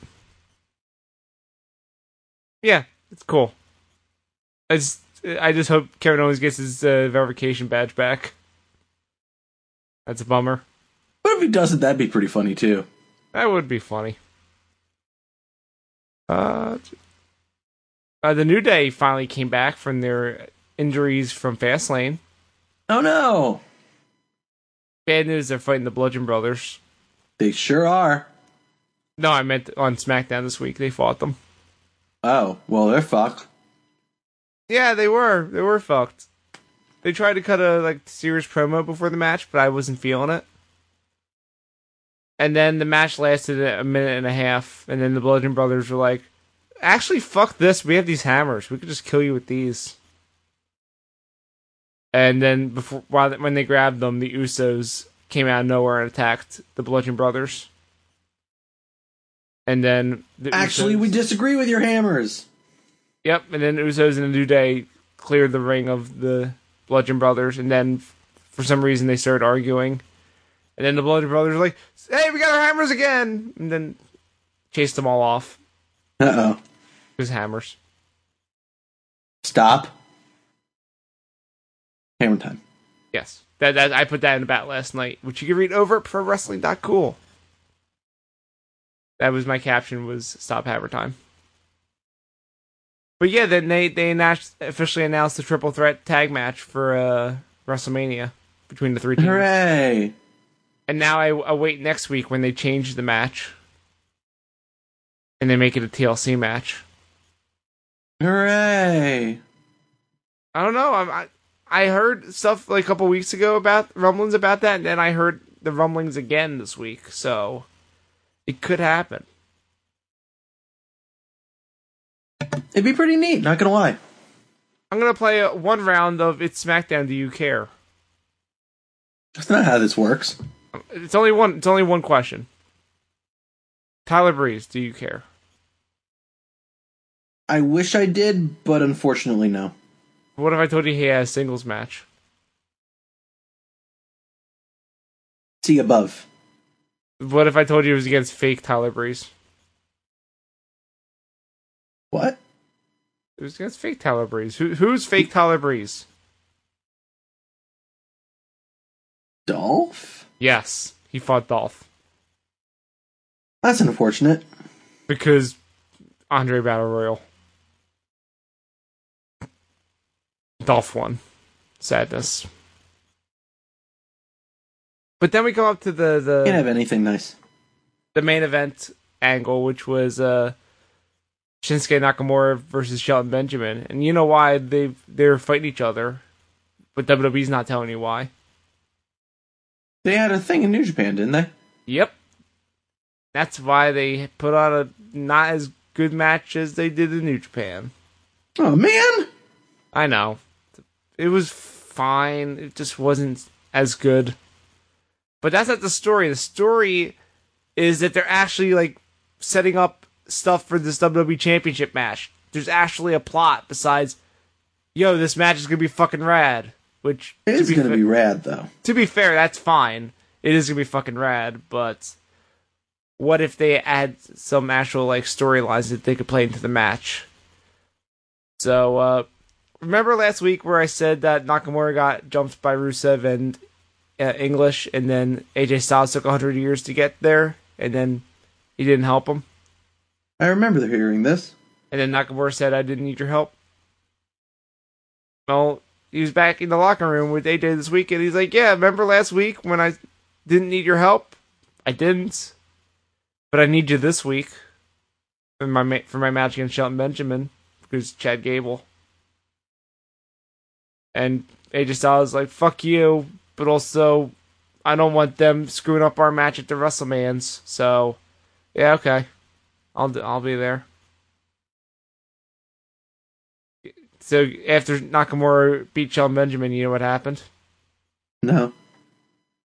Yeah, it's cool. I just, I just hope Kevin Owens gets his uh, verification badge back. That's a bummer.
But if he doesn't, that'd be pretty funny too.
That would be funny. Uh, uh, the New Day finally came back from their injuries from Fastlane.
Oh no.
Bad news, they're fighting the Bludgeon Brothers.
They sure are.
No, I meant on SmackDown this week. They fought them.
Oh, well, they're fucked.
Yeah, they were. They were fucked. They tried to cut a like serious promo before the match, but I wasn't feeling it. And then the match lasted a minute and a half, and then the Bludgeon Brothers were like, "Actually, fuck this. We have these hammers. We could just kill you with these." And then before while when they grabbed them, the Usos came out of nowhere and attacked the Bludgeon Brothers. And then the
Actually, we
Usos-
disagree with your hammers.
Yep, and then Usos and the New Day cleared the ring of the Bludgeon Brothers, and then f- for some reason they started arguing. And then the Bludgeon Brothers were like, hey, we got our hammers again! And then chased them all off.
Uh oh.
It was hammers.
Stop. Hammer time.
Yes. That, that I put that in the bat last night, which you can read over at prowrestling.cool. That was my caption was stop hammer time. But yeah, then they they announced, officially announced the triple threat tag match for uh, WrestleMania between the three teams.
Hooray.
And now I await next week when they change the match and they make it a TLC match.
Hooray.
I don't know. I'm, I I heard stuff like a couple weeks ago about rumblings about that, and then I heard the rumblings again this week. So it could happen.
It'd be pretty neat, not gonna lie.
I'm gonna play uh, one round of it's SmackDown. Do you care?
That's not how this works.
It's only one. It's only one question. Tyler Breeze, do you care?
I wish I did, but unfortunately, no.
What if I told you he has a singles match?
See above.
What if I told you it was against fake Tyler Breeze?
What?
It was against fake Tyler Breeze. Who, who's fake Tyler Breeze?
Dolph?
Yes, he fought Dolph
That's unfortunate.
because Andre Battle Royal. Dolph won. Sadness. But then we go up to the the
Can't have anything nice.
the main event angle, which was uh, Shinsuke Nakamura versus Shelton Benjamin. And you know why they they're fighting each other, but WWE's not telling you why.
They had a thing in New Japan, didn't they?
Yep. That's why they put on a not as good match as they did in New Japan.
Oh man!
I know. It was fine. It just wasn't as good. But that's not the story. The story is that they're actually like setting up stuff for this E WWE Championship match. There's actually a plot besides, yo, this match is gonna be fucking rad. Which
It
to
is
be
going to
fa-
be rad though.
to be fair, that's fine. It is gonna be fucking rad, but what if they add some actual like storylines that they could play into the match? So uh remember last week where I said that Nakamura got jumped by Rusev and uh, English, and then AJ Styles took hundred years to get there, and then he didn't help him,
I remember hearing this.
and then Nakamura said, "I didn't need your help." Well, he was back in the locker room with AJ this week, and he's like, "Yeah, remember last week when I didn't need your help? I didn't, but I need you this week for my ma- for my match against Shelton Benjamin, who's Chad Gable." And AJ Styles is like, "Fuck you," but also, I don't want them screwing up our match at the WrestleMans. So, yeah, okay, I'll d- I'll be there. So after Nakamura beat Shelton Benjamin, you know what happened?
No.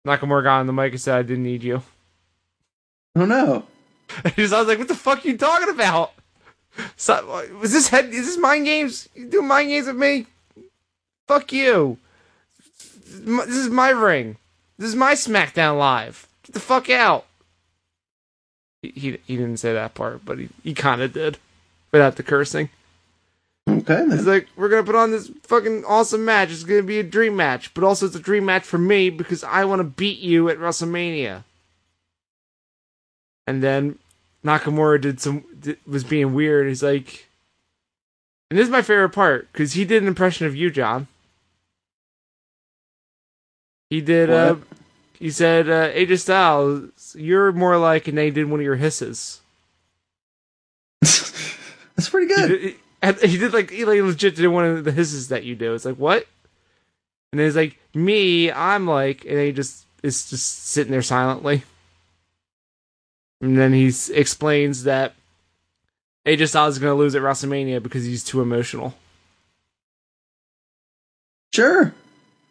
Nakamura got on the mic and said, "I didn't need you."
Oh no.
Because I was like, "What the fuck are you talking about? So, is this head? Is this mind games? You doing mind games with me? Fuck you! This is my ring. This is my SmackDown Live. Get the fuck out!" He he, he didn't say that part, but he, he kind of did, without the cursing.
Okay
It's
then.
like we're gonna put on this fucking awesome match. It's gonna be a dream match, but also it's a dream match for me because I want to beat you at WrestleMania. And then Nakamura did some did, was being weird. He's like, and this is my favorite part because he did an impression of you, John. He did. Uh,
What?
he said, uh, "AJ Styles, you're more like," and they did one of your hisses.
That's pretty
he
good.
did, he- and he did like he like legit did one of the hisses that you do. It's like what? And then he's like me. I'm like, and he just is just sitting there silently. And then he s- explains that AJ Styles is going to lose at WrestleMania because he's too emotional.
Sure.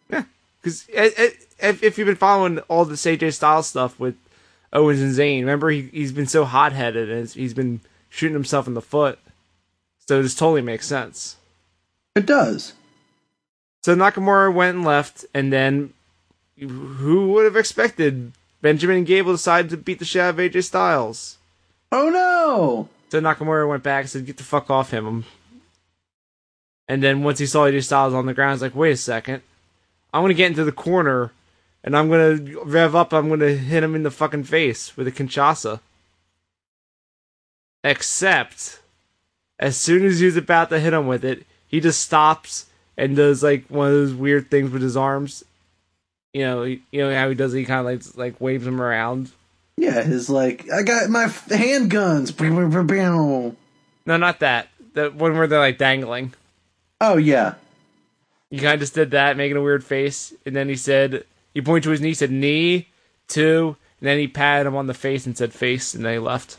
Because eh, if, if you've been following all this AJ Styles stuff with Owens and Zayn, remember he, he's been so hot headed and he's been shooting himself in the foot. So this totally makes sense.
It does.
So Nakamura went and left, and then who would have expected Benjamin and Gable decided to beat the shit out of AJ Styles?
Oh no.
So Nakamura went back and said, "Get the fuck off him." And then once he saw AJ Styles on the ground, he's like, "Wait a second, I'm gonna get into the corner, and I'm gonna rev up. I'm gonna hit him in the fucking face with a Kinshasa." Except, as soon as he's about to hit him with it, he just stops and does like one of those weird things with his arms. You know, he, you know how he does. It, he kind of like like waves him around.
Yeah, his like I got my f- handguns. Bow, bow, bow, bow.
No, not that. The one where they're like dangling.
Oh yeah.
He kind of just did that, making a weird face, and then he said, he pointed to his knee, said knee, two, and then he patted him on the face and said face, and then he left.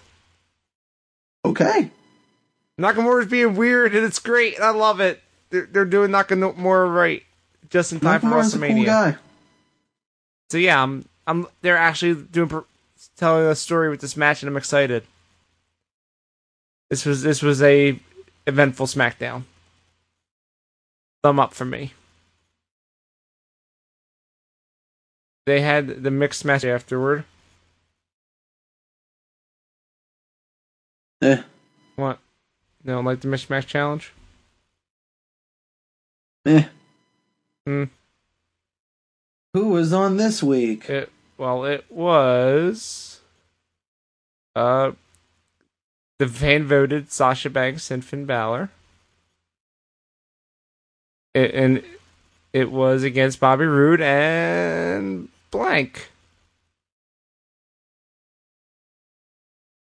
Okay.
Nakamura's being weird, and it's great, and I love it. They're, they're doing Nakamura right, just in time
Nakamura's
for
a cool
WrestleMania.
guy.
so yeah, I'm, I'm, they're actually doing, pro- telling a story with this match, and I'm excited. This was, this was a eventful SmackDown. Thumb up for me. They had the mixed match afterward.
Eh.
What? No, like the mismatch challenge.
Eh.
Hmm.
Who was on this week?
It well, it was uh the fan voted Sasha Banks and Finn Balor, it, and it was against Bobby Roode and blank.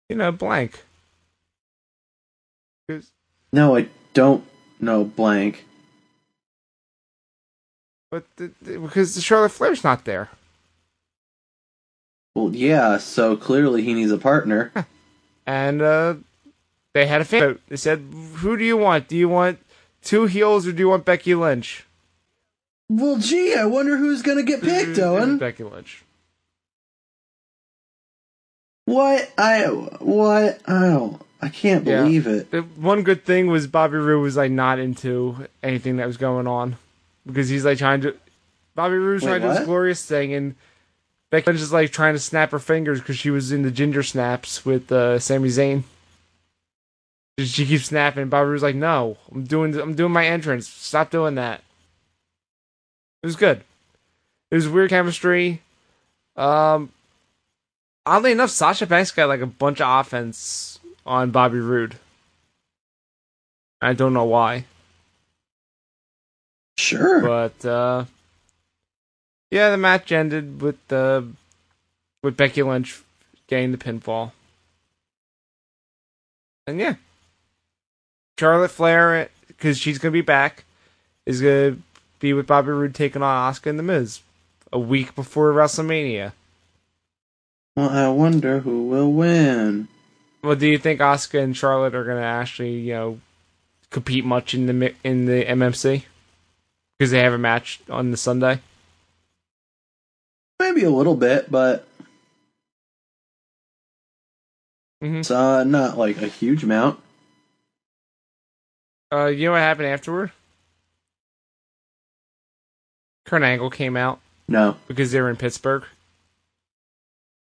You know, blank. 'Cause-
No, I don't know. Blank.
But the, the- because the Charlotte Flair's not there.
Well, yeah. So clearly he needs a partner.
and uh, they had a fan vote. They said, "Who do you want? Do you want two heels or do you want Becky Lynch?"
well, gee, I wonder who's gonna get picked,
It was
Owen.
Becky Lynch.
What? I what? Oh, I can't
Yeah.
believe it.
The one good thing was Bobby Roode was like not into anything that was going on. because he's like trying to. Bobby Roode's
Wait,
trying to do
what?
this glorious thing, and Becky Lynch is like trying to snap her fingers because she was in the ginger snaps with uh, Sami Zayn. She keeps snapping. and Bobby Roode's like, "No, I'm doing, I'm doing my entrance. Stop doing that." It was good. It was weird chemistry. Um, oddly enough, Sasha Banks got like a bunch of offense on Bobby Roode. I don't know why
Sure.
but uh, yeah, the match ended with uh, with Becky Lynch getting the pinfall, and yeah, Charlotte Flair because she's gonna be back is gonna be with Bobby Roode taking on Oscar and the Miz a week before WrestleMania.
well, I wonder who will win.
Well, do you think Oscar and Charlotte are gonna actually you know compete much in the mi- in the MMC because they have a match on the Sunday?
Maybe a little bit, but
Mm-hmm.
it's uh, not like a huge amount.
Uh, you know what happened afterward? Kurt Angle came out
No.
because they were in Pittsburgh,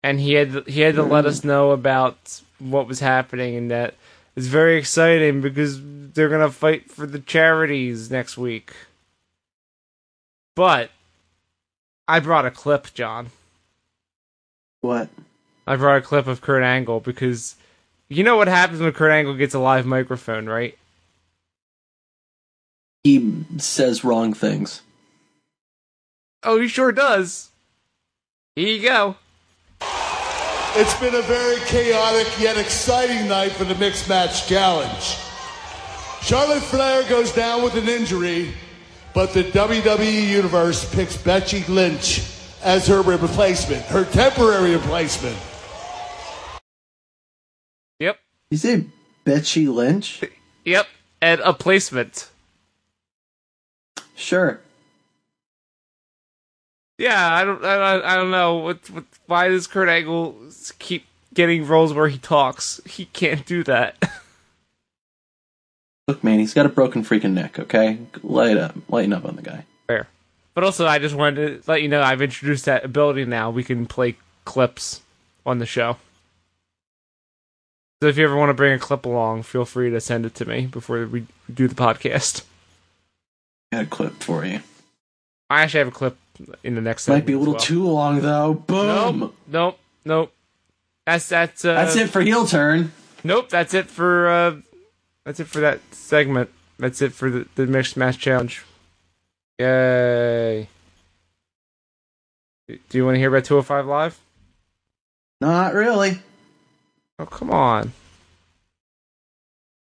and he had he had to let us know about what was happening, and that it's very exciting because they're gonna fight for the charities next week. But I brought a clip, John.
What?
I brought a clip of Kurt Angle because you know what happens when Kurt Angle gets a live microphone, right?
He says wrong things.
Oh, he sure does. Here you go.
It's been a very chaotic yet exciting night for the Mixed Match Challenge. Charlotte Flair goes down with an injury, but the WWE Universe picks Becky Lynch as her replacement, her temporary replacement.
Yep.
You say Betsy Lynch?
Yep, and a placement.
Sure.
Yeah, I don't, I don't, I don't know what, what, why does Kurt Angle s- keep getting roles where he talks? He can't do that.
Look, man, he's got a broken freaking neck, okay? Light up. Lighten up on the guy.
Fair. But also, I just wanted to let you know I've introduced that ability now. We can play clips on the show. So if you ever want to bring a clip along, feel free to send it to me before we do the podcast.
Got a clip for you.
I actually have a clip in the next.
Might be a
segment
little
as
too long, though.
well.
Boom!
Nope, nope, nope. That's that's. Uh,
That's it for heel turn.
Nope, that's it for uh that's it for that segment. That's it for the, the mixed match challenge. Yay. Do you want to hear about 205 live?
Not really.
Oh, come on.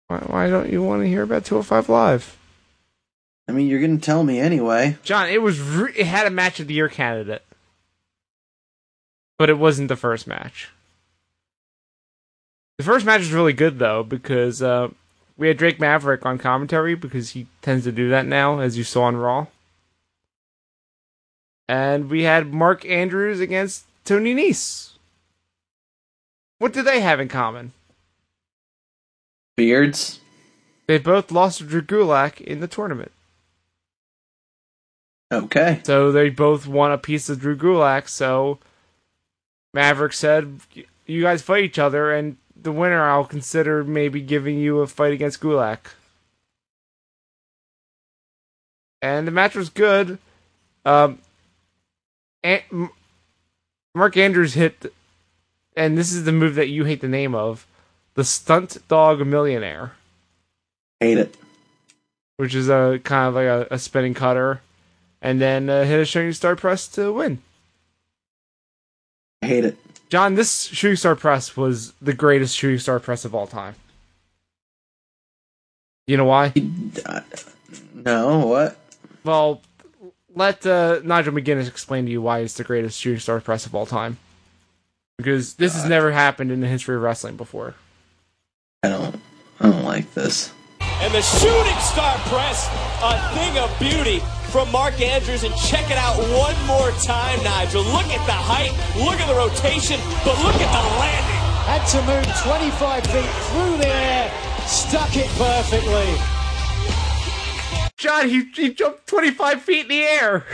Why, why don't you want to hear about 205 live?
I mean, you're gonna tell me anyway.
John, it was re- it had a match of the year candidate. But it wasn't the first match. The first match was really good though because uh, we had Drake Maverick on commentary because he tends to do that now, as you saw on Raw. And we had Mark Andrews against Tony Nese. What do they have in common?
Beards.
They both lost to Drew Gulak in the tournament.
Okay.
So they both want a piece of Drew Gulak. So Maverick said, "You guys fight each other, and the winner I'll consider maybe giving you a fight against Gulak." And the match was good. Um, and M- Mark Andrews hit, and this is the move that you hate the name of, the stunt dog millionaire
Hate it.
which is a kind of like a, a spinning cutter, and then uh, hit a shooting star press to win.
Hate it.
John, this shooting star press was the greatest shooting star press of all time. You know why?
Uh, No, what?
Well, let uh, Nigel McGuinness explain to you why it's the greatest shooting star press of all time. Because this
Uh,
has never happened in the history of wrestling before.
I don't. I don't like this.
And the shooting star press, a thing of beauty from Mark Andrews. And check it out one more time, Nigel. Look at the height, look at the rotation, but look at the landing.
Had to move 25 feet through the air, stuck it perfectly.
shot, he, he jumped 25 feet in the air.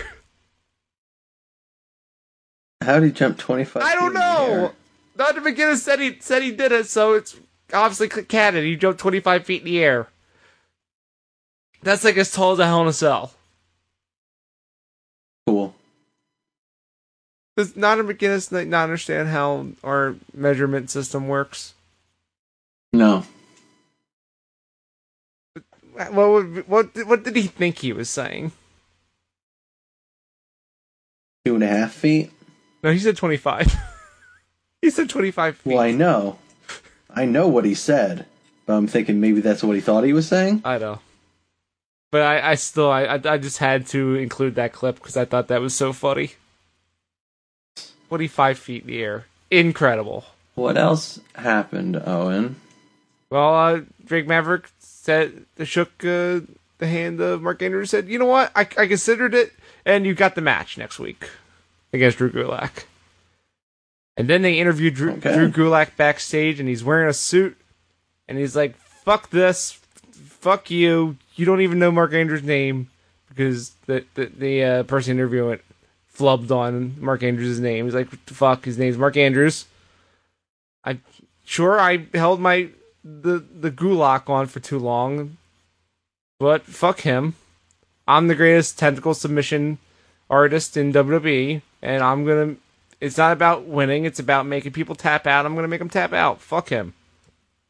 How did he jump 25?
I don't
feet in the
know.
air?
Dr. McGinnis said he said he did it, so it's obviously canon. He jumped 25 feet in the air. That's like as tall as a Hell in a Cell.
Cool.
Does Dr. McGinnis like, not understand how our measurement system works?
No.
What would, what did- what did he think he was saying?
Two and a half feet?
No, he said 25. he said 25 feet.
Well, I know. I know what he said, but I'm thinking maybe that's what he thought he was saying.
I know. But I, I still, I, I I just had to include that clip because I thought that was so funny. 25 feet in the air. Incredible.
What else happened, Owen?
Well, uh, Drake Maverick said, shook uh, the hand of Mark Andrews said, you know what? I, I considered it, and you got the match next week against Drew Gulak. And then they interviewed Drew,
Okay.
Drew Gulak backstage, and he's wearing a suit, and he's like, fuck this. Fuck you. You don't even know Mark Andrews' name because the, the, the uh, person interviewing it flubbed on Mark Andrews' name. He's like, "What the fuck? His name's Mark Andrews. I sure I held my the the Gulak on for too long, but fuck him. I'm the greatest tentacle submission artist in WWE, and I'm gonna. It's not about winning; it's about making people tap out. I'm gonna make them tap out. Fuck him.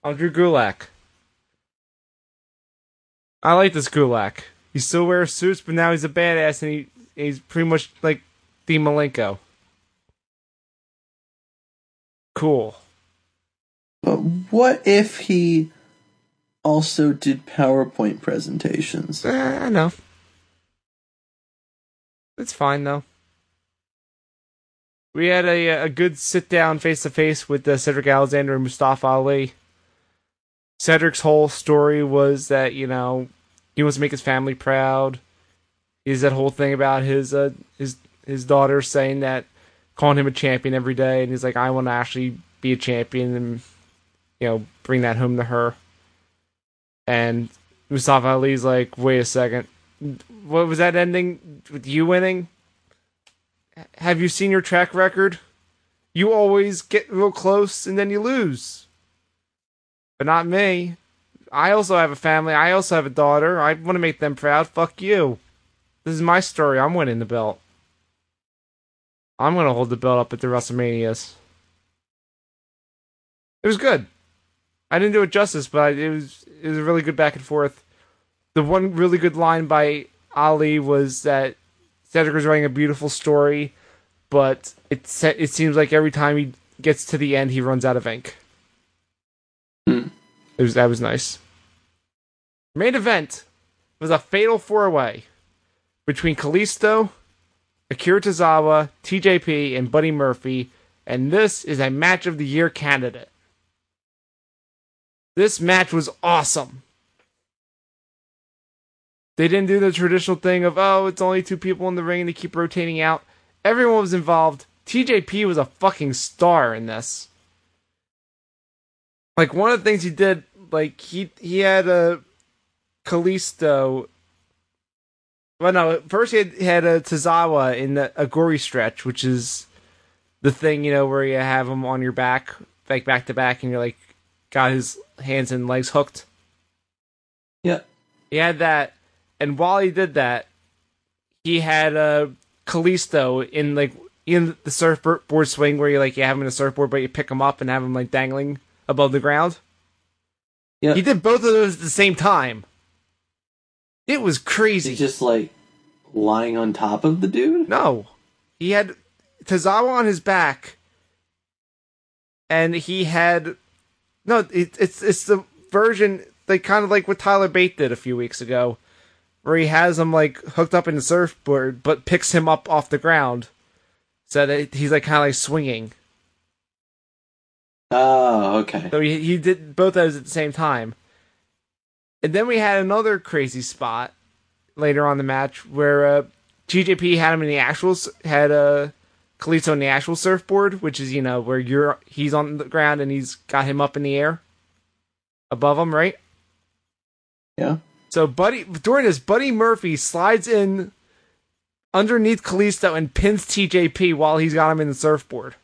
I'm Drew Gulak. I like this Gulak. He still wears suits, but now he's a badass, and he he's pretty much like the Malenko. Cool.
But what if he also did PowerPoint presentations?
Uh, I know. It's fine though. We had a a good sit down face to face with uh, Cedric Alexander and Mustafa Ali. Cedric's whole story was that you know he wants to make his family proud. He's that whole thing about his uh, his his daughter saying that calling him a champion every day, and he's like, I want to actually be a champion and you know bring that home to her. And Mustafa Ali's like, wait a second, what was that ending with you winning? H- Have you seen your track record? You always get real close and then you lose. But not me. I also have a family. I also have a daughter. I want to make them proud. Fuck you. This is my story. I'm winning the belt. I'm going to hold the belt up at the WrestleManias. It was good. I didn't do it justice, but I, it was it was a really good back and forth. The one really good line by Ali was that Cedric was writing a beautiful story, but it se- it seems like every time he gets to the end, he runs out of ink.
Hmm.
It was that was nice. Main event was a fatal four way between Kalisto, Akira Tozawa, TJP, and Buddy Murphy, and this is a match of the year candidate. This match was awesome. They didn't do the traditional thing of, oh, it's only two people in the ring and they keep rotating out. Everyone was involved. TJP was a fucking star in this. Like, one of the things he did, like, he, he had a Kalisto. Well, no, first he had, he had a Tazawa in the, a gory stretch, which is the thing, you know, where you have him on your back, like back to back, and you're like, got his hands and legs hooked.
Yeah.
He had that, and while he did that, he had uh, Kalisto in like in the surfboard swing where you like you have him in a surfboard, but you pick him up and have him like dangling above the ground.
Yeah.
He did both of those at the same time. It was crazy.
He's just like lying on top of the dude?
No. He had Tazawa on his back, and he had no. It, it's it's the version like kind of like what Tyler Bate did a few weeks ago, where he has him like hooked up in the surfboard, but picks him up off the ground, so that he's like kind of like swinging.
Oh, okay.
So he, he did both those at the same time. And then we had another crazy spot later on in the match where uh, TJP had him in the actual s- had uh, Kalisto in the actual surfboard, which is you know where you're he's on the ground and he's got him up in the air above him, right?
Yeah.
So Buddy during this, Buddy Murphy slides in underneath Kalisto and pins TJP while he's got him in the surfboard.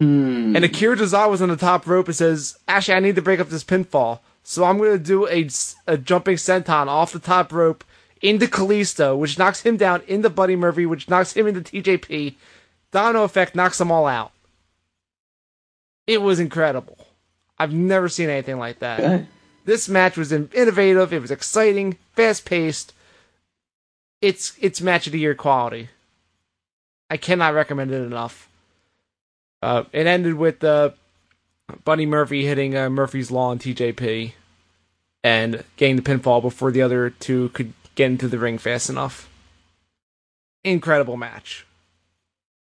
Hmm,
And Akira Tozawa's on the top rope and says, "Actually, I need to break up this pinfall, so I'm going to do a, s- a jumping senton off the top rope into Kalisto, which knocks him down into Buddy Murphy, which knocks him into TJP. Domino effect knocks them all out. It was incredible. I've never seen anything like that.
Okay.
This match was in- innovative. It was exciting, fast paced. It's it's match of the year quality. I cannot recommend it enough. Uh, it ended with uh, Bunny Murphy hitting uh, Murphy's Law on TJP and getting the pinfall before the other two could get into the ring fast enough. Incredible match.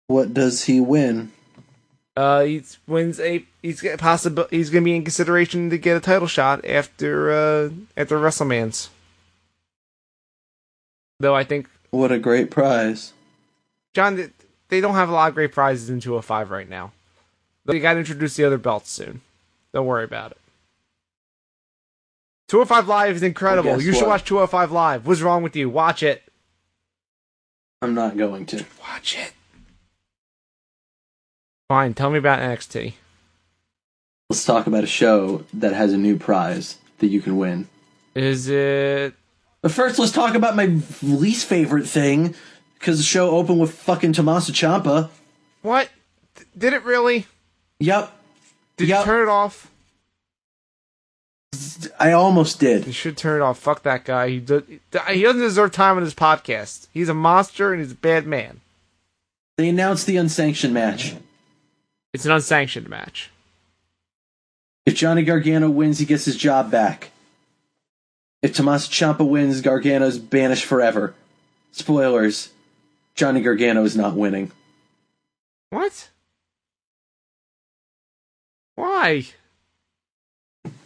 What does he win?
Uh, he wins a. He's got possible. He's gonna be in consideration to get a title shot after uh after WrestleMans. Though I think
What a great prize.
John, th- they don't have a lot of great prizes in 205 right now. They got to introduce the other belts soon. Don't worry about it. 205 Live is incredible.
Well, guess
you should
what?
watch 205 Live. What's wrong with you? Watch it.
I'm not going to.
Watch it. Fine. Tell me about NXT.
Let's talk about a show that has a new prize that you can win.
Is it.
But first, let's talk about my least favorite thing because the show opened with fucking Tommaso Ciampa.
What? Th- Did it really?
Yep,
Did
Yep.
you turn it off?
I almost
You
did.
should turn it off. Fuck that guy. He, do- he doesn't deserve time on his podcast. He's a monster and he's a bad man.
They announced the unsanctioned match.
It's an unsanctioned match.
If Johnny Gargano wins, he gets his job back. If Tommaso Ciampa wins, Gargano's banished forever. Spoilers. Johnny Gargano is not winning.
What? Why?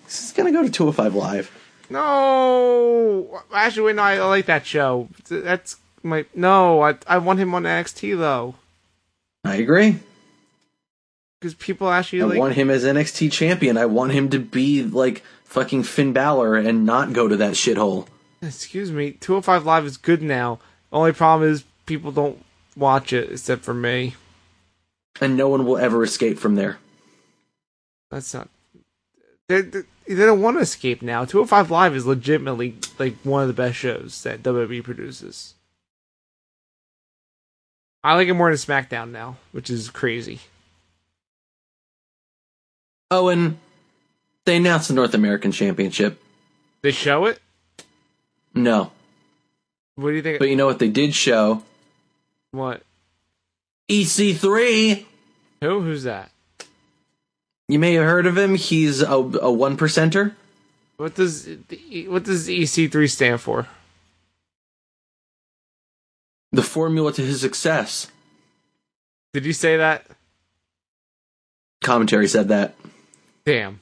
This is gonna go to 205 Live.
No. Actually, wait, no. I like that show. That's my no. I I want him on NXT though,
I agree.
because people actually
I
like.
want him as NXT champion. I want him to be like fucking Finn Balor and not go to that shithole.
Excuse me. Two hundred five live is good now. Only problem is people don't watch it except for me.
And no one will ever escape from there.
That's not. They they, they don't want to escape now. Two hundred five live is legitimately like one of the best shows that WWE produces. I like it more than SmackDown now, which is crazy.
Oh, and they announced the North American Championship.
They show it.
No.
What do you think?
But you know what they did show? E
what?
EC3!
Who? Who's that?
You may have heard of him. He's a, a one percenter.
What does what does EC3 stand for?
The formula to his success.
Did you say that?
Commentary said that.
Damn,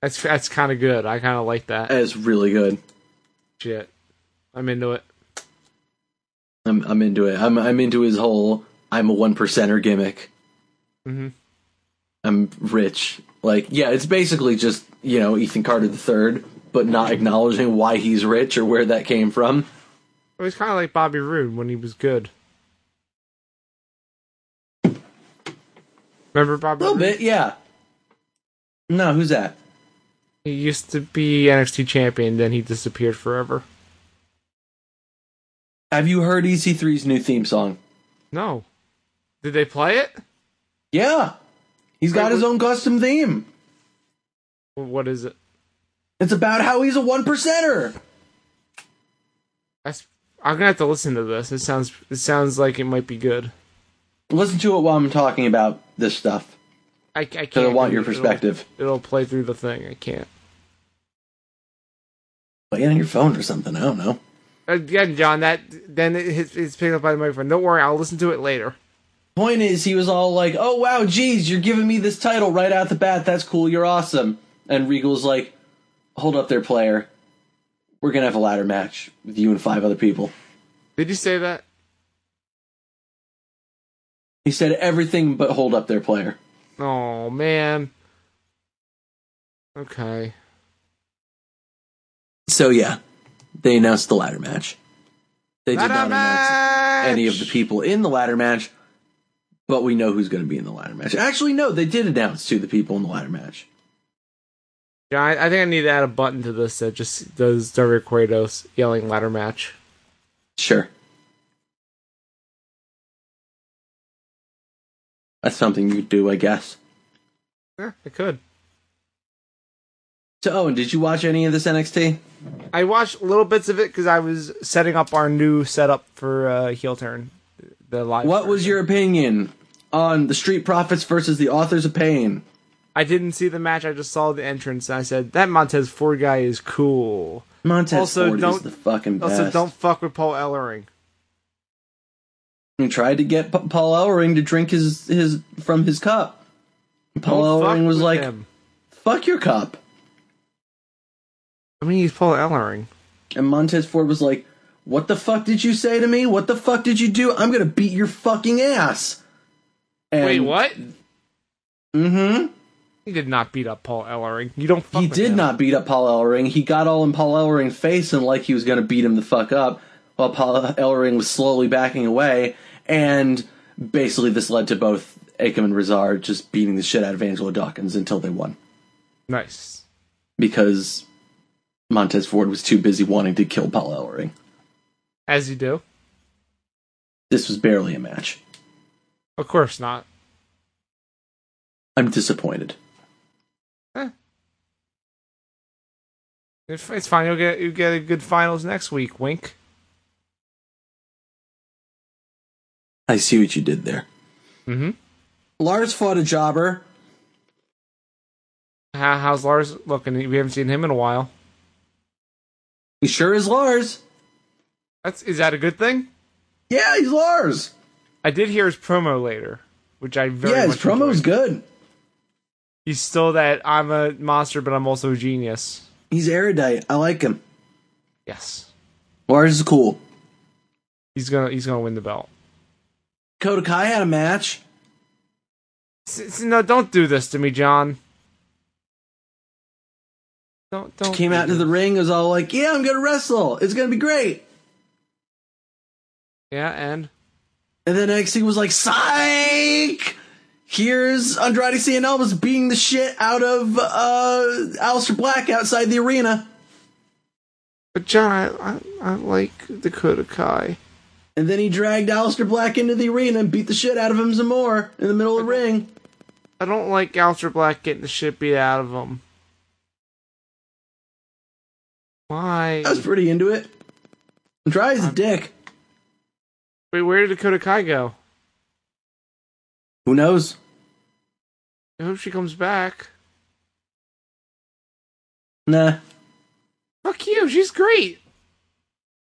that's that's kind of good. I kind of like that
That is really good.
shit. I'm into it.
I'm I'm into it. I'm I'm into his whole I'm a one percenter gimmick.
Mhm.
I'm rich. Like yeah, it's basically just you know Ethan Carter the third, but not acknowledging why he's rich or where that came from.
It was kind of like Bobby Roode when he was good. Remember
A
Bobby?
little
Roode?
bit, yeah. No, who's that?
He used to be NXT champion, then he disappeared forever.
Have you heard EC3's new theme song?
No, did they play it?
Yeah, he's got his own custom theme.
What is it?
It's about how he's a one percenter.
That's, I'm gonna have to listen to this. It sounds it sounds like it might be good.
listen to it while I'm talking about this stuff
I, I can't.
because I want your
It'll-
perspective.
It'll, play through the thing. I can't.
Play it on your phone or something. I don't know.
Again, John, that then it, it's- it's picked up by the microphone. Don't worry, I'll listen to it later.
Point is, he was all like, "Oh wow, geez, you're giving me this title right out the bat. That's cool. You're awesome." And Regal's like, "Hold up, there, player. We're gonna have a ladder match with you and five other people."
Did you say that?
He said everything but hold up, there, player.
Oh man. Okay.
So yeah, they announced the ladder match. They did not
Ladder
announce
match!
any of the people in the ladder match, but we know who's going to be in the ladder match. Actually, no, they did announce to the people in the ladder match.
Yeah, I, I think I need to add a button to this that just does Dario Cueto's yelling ladder match.
Sure. That's something you could do, I guess.
Yeah, I could.
So, Owen, did you watch any of this NXT?
I watched little bits of it because I was setting up our new setup for uh, heel turn. The live.
What was
version.
your opinion on the Street Profits versus the Authors of Pain?
I didn't see the match. I just saw the entrance, and I said that Montez Ford guy is cool.
Montez
Also,
Ford is
don't-
the fucking best.
Also, don't fuck with Paul Ellering.
and tried to get P- Paul Ellering to drink his his from his cup. Paul
Don't fuck
Ellering was
with
like,
him.
"Fuck your cup,"
I mean, he's Paul Ellering.
and Montez Ford was like, "What the fuck did you say to me? What the fuck did you do? I'm gonna beat your fucking ass." And Mm-hmm.
He did not beat up Paul Ellering. You don't. Fuck
He
with
did
him.
not beat up Paul Ellering. He got all in Paul Ellering's face and like he was going to beat him the fuck up, while Paul Ellering was slowly backing away. And basically, this led to both Akam and Rizar just beating the shit out of Angelo Dawkins until they won
Nice.
because Montez Ford was too busy wanting to kill Paul Ellering.
As you do.
This was barely a match.
Of course not.
I'm disappointed.
It's it's fine. You'll get you get a good finals next week. Wink.
I see what you did there.
Mm-hmm.
Lars fought a jobber.
How, how's Lars looking? We haven't seen him in a while.
He sure is Lars.
That's is that a good thing?
Yeah, he's Lars.
I did hear his promo later, which I very
yeah, his
much
promo was
enjoyed.
good.
He's still that I'm a monster, but I'm also a genius.
He's erudite. I like him.
Yes,
Lars is cool.
he's gonna he's gonna win the belt.
Kota Kai had a match.
S- s- no, don't do this to me, John. Don't don't.
Came
do
out to the
this.
ring, was all like, "Yeah, I'm gonna wrestle. It's gonna be great."
yeah, and
And then NXT was like, "Psych! Here's Andrade Cien Almas beating the shit out of uh, Aleister Black outside the arena."
but John, I I, I like the Kai.
And then he dragged Aleister Black into the arena and beat the shit out of him some more in the middle of the ring.
I don't like Alter Black getting the shit beat out of him. Why?
I was pretty into it. Andrade's a dick.
Wait, where did Dakota Kai go?
Who knows?
I hope she comes back.
Nah.
Fuck you, she's great.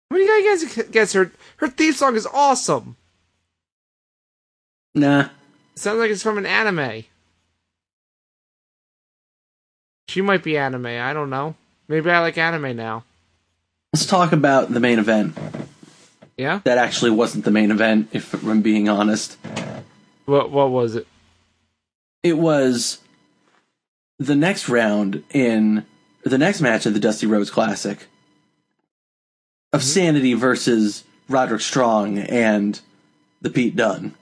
What do you guys guess? Her her theme song is awesome.
Nah.
It sounds like it's from an anime. She might be anime. I don't know. Maybe I like anime now.
Let's talk about the main event.
Yeah.
That actually wasn't the main event, if I'm being honest.
What What was it?
it was the next round in the next match of the Dusty Rhodes Classic of Sanity versus Roderick Strong and the Pete Dunne.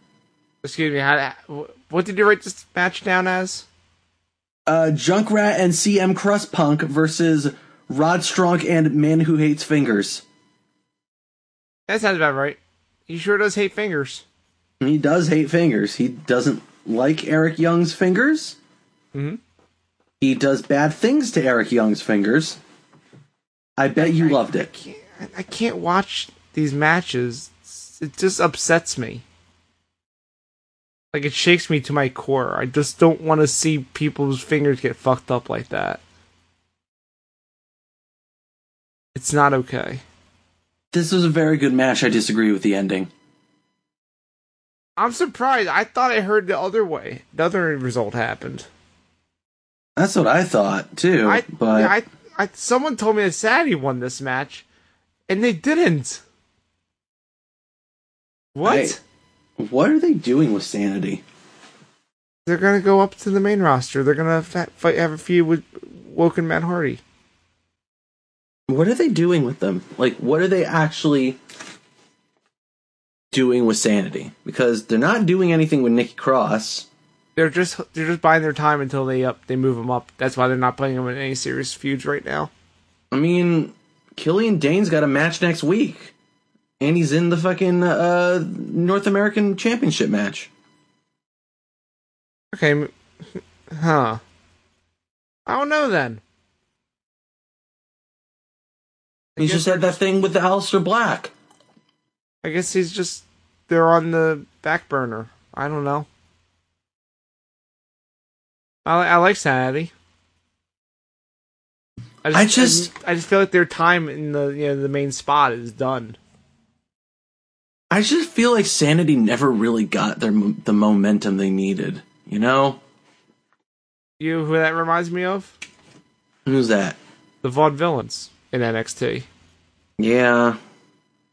Excuse me. How? wh- What did you write this match down as?
Uh, Junkrat and CM Crust Punk versus Rod Strong and Man Who Hates Fingers.
That sounds about right. He sure does hate fingers.
He does hate fingers. He doesn't like Eric Young's fingers.
Mhm.
He does bad things to Eric Young's fingers. I bet you loved it.
Can't, I- I can't watch these matches. It's- It just upsets me. Like it shakes me to my core. I just don't want to see people's fingers get fucked up like that. It's not okay.
This was a very good match. I disagree with the ending.
I'm surprised. I thought I heard the other way. The other result happened.
That's what I thought too.
I,
but
I, I, someone told me that Sadie won this match, and they didn't. What?
Hey. what are they doing with sanity?
they're gonna go up to the main roster. They're gonna fa- fight have a feud with Woken Matt Hardy.
what are they doing with them? Like, what are they actually doing with Sanity? Because they're not doing anything with Nikki Cross.
They're just they're just buying their time until they up they move them up. That's why they're not putting them in any serious feuds right now.
I mean, Killian Dane's got a match next week, and he's in the fucking uh, North American Championship match.
Okay, m- huh? I don't know then.
He
guess
just had that thing with the Alistair Black.
I guess he's just they're on the back burner. I don't know. I I like Sanity.
I just-
I, just feel like their time in the you know the main spot is done.
I just feel like Sanity never really got their mo- the momentum they needed. You know
You know who that reminds me of?
who's that?
The Vaudevillains in NXT.
Yeah,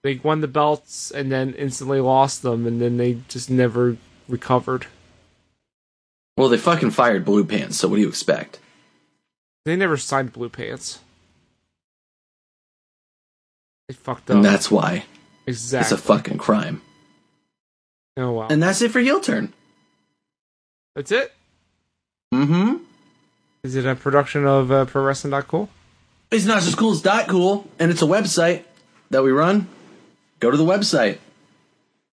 They won the belts and then instantly lost them, and then they just never recovered.
Well, they fucking fired Blue Pants, so what do you expect?
They never signed Blue Pants. They fucked up.
And that's why it's
exactly.
a fucking crime.
oh wow.
And that's it for heel turn.
That's it.
Mm-hmm.
Is it a production of uh, ProWrestling.cool?
It's not just cool. It's dot cool, and it's a website that we run. Go to the website.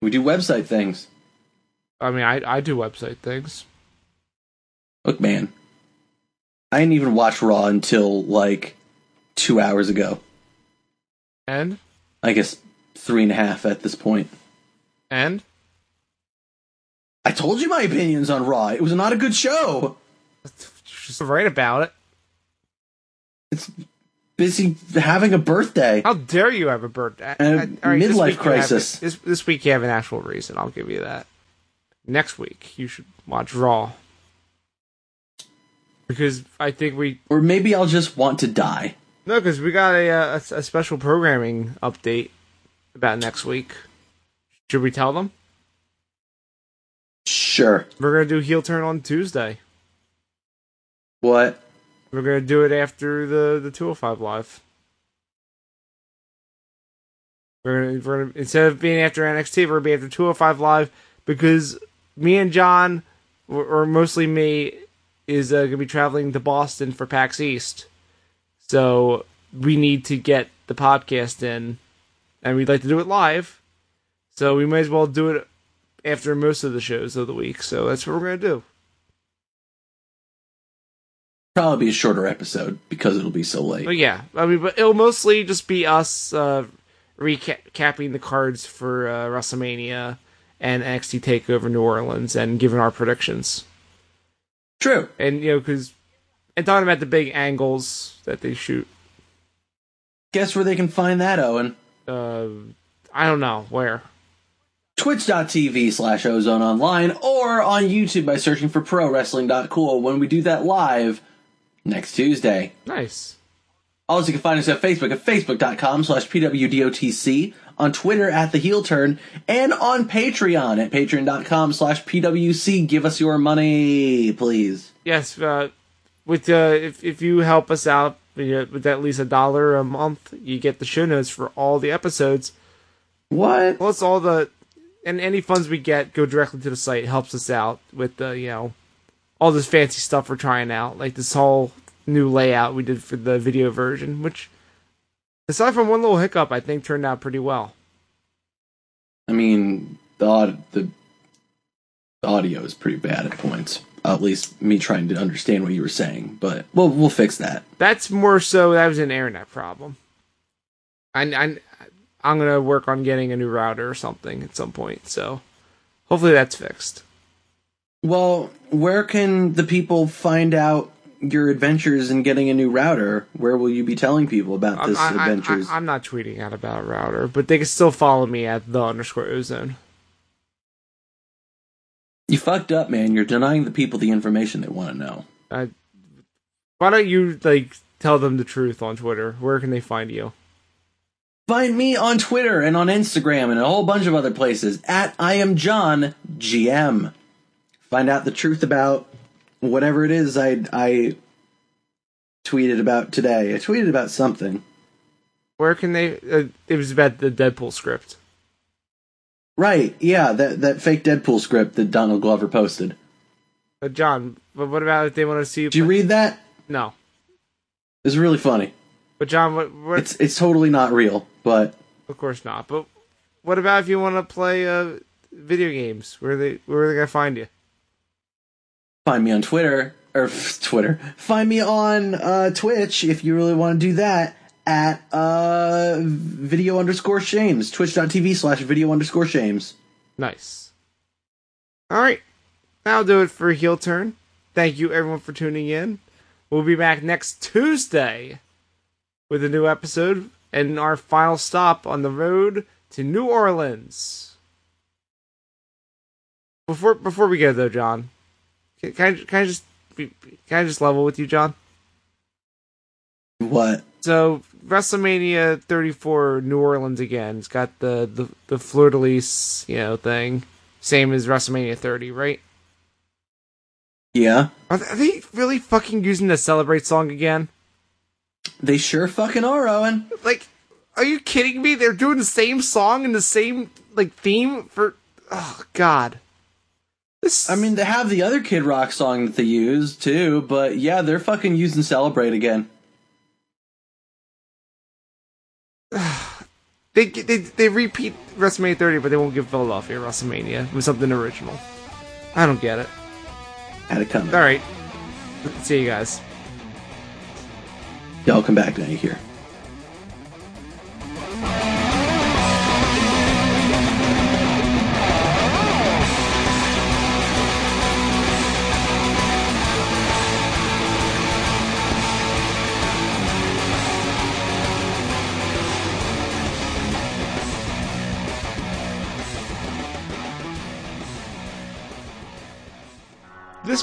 We do website things.
I mean, I I do website things.
Look, man, I didn't even watch Raw until like two hours ago.
And
I guess three and a half at this point.
and
I told you my opinions on Raw. It was not a good show.
just right about it.
Busy having a birthday.
How dare you have a birthday?
And a
this week
midlife
you have-
crisis.
this this week you have an actual reason. I'll give you that. Next week you should watch Raw because I think we
Or maybe I'll just want to die.
no because we got a, uh, a a special programming update about next week. Should we tell them?
Sure.
We're gonna do heel turn on Tuesday.
What?
We're gonna do it after the the 205 live. We're gonna, we're gonna instead of being after NXT, we're gonna be after 205 live because me and John, or, or mostly me, is uh, gonna be traveling to Boston for PAX East. So we need to get the podcast in, and we'd like to do it live. So we might as well do it after most of the shows of the week. So that's what we're gonna do.
probably be a shorter episode because it'll be so late.
But yeah, I mean, but it'll mostly just be us uh, recapping the cards for uh, WrestleMania and NXT Takeover New Orleans and giving our predictions.
True.
And you know, because and talking about the big angles that they shoot.
Guess where they can find that, Owen?
Uh, I don't know where.
Twitch.tv slash ozone online or on YouTube by searching for pro wrestling.cool when we do that live next Tuesday.
Nice.
Also, you can find us at Facebook at facebook.com slash pwdotc, on Twitter at The Heel Turn, and on Patreon at patreon.com slash pwc. Give us your money, please.
Yes. Uh, with uh, if if you help us out you know, with at least a dollar a month, you get the show notes for all the episodes.
What?
plus all the and any funds we get go directly to the site helps us out with the you know all this fancy stuff we're trying out like this whole new layout we did for the video version which aside from one little hiccup i think turned out pretty well
I mean, the aud- the the audio is pretty bad at points. At least me trying to understand what you were saying, but we'll we'll fix that.
that's more so that was an internet problem I, I, i'm gonna work on getting a new router or something at some point so hopefully that's fixed
Well, where can the people find out your adventures in getting a new router? Where will you be telling people about this
I'm, I- I-
adventures?
I, am not tweeting out about a router but they can still follow me at the underscore ozone
you fucked up, man. You're denying the people the information they want to know.
Uh, why don't you like tell them the truth on Twitter? Where can they find you?
Find me on Twitter and on Instagram and a whole bunch of other places at I am John GM. Find out the truth about whatever it is I I tweeted about today. I tweeted about something.
Where can they? Uh, it was about the Deadpool script.
Right, yeah, that that fake Deadpool script that Donald Glover posted.
Uh, John, but what about if they want to see?
Did you read that?
no,
It's really funny.
but John, what? what
It's it's totally not real, but
of course not. But what about if you want to play uh, video games? Where are they? Where are they gonna find you?
find me on Twitter or Twitter. Find me on uh, Twitch if you really want to do that at uh, video underscore shames twitch.tv slash video underscore shames.
Nice. All right. That'll do it for Heel Turn. Thank you, everyone, for tuning in. We'll be back next Tuesday with a new episode and our final stop on the road to New Orleans. Before before we go though, John, can, can, I, can I just be- can I just level with you, John?
What?
So WrestleMania 34, New Orleans again. It's got the the the fleur de lis, you know, thing. Same as WrestleMania 30, right?
Yeah,
Are they, are they really fucking using the celebrate song again?
they sure fucking are, Owen.
Like, are you kidding me? They're doing the same song and the same like theme for. Oh God. This.
I mean, they have the other Kid Rock song that they use too, but yeah, they're fucking using Celebrate again.
they they they repeat WrestleMania 30, but they won't give Philadelphia WrestleMania with something original. I don't get it.
Had it coming.
All right. See you guys.
Y'all come back now, you hear.
This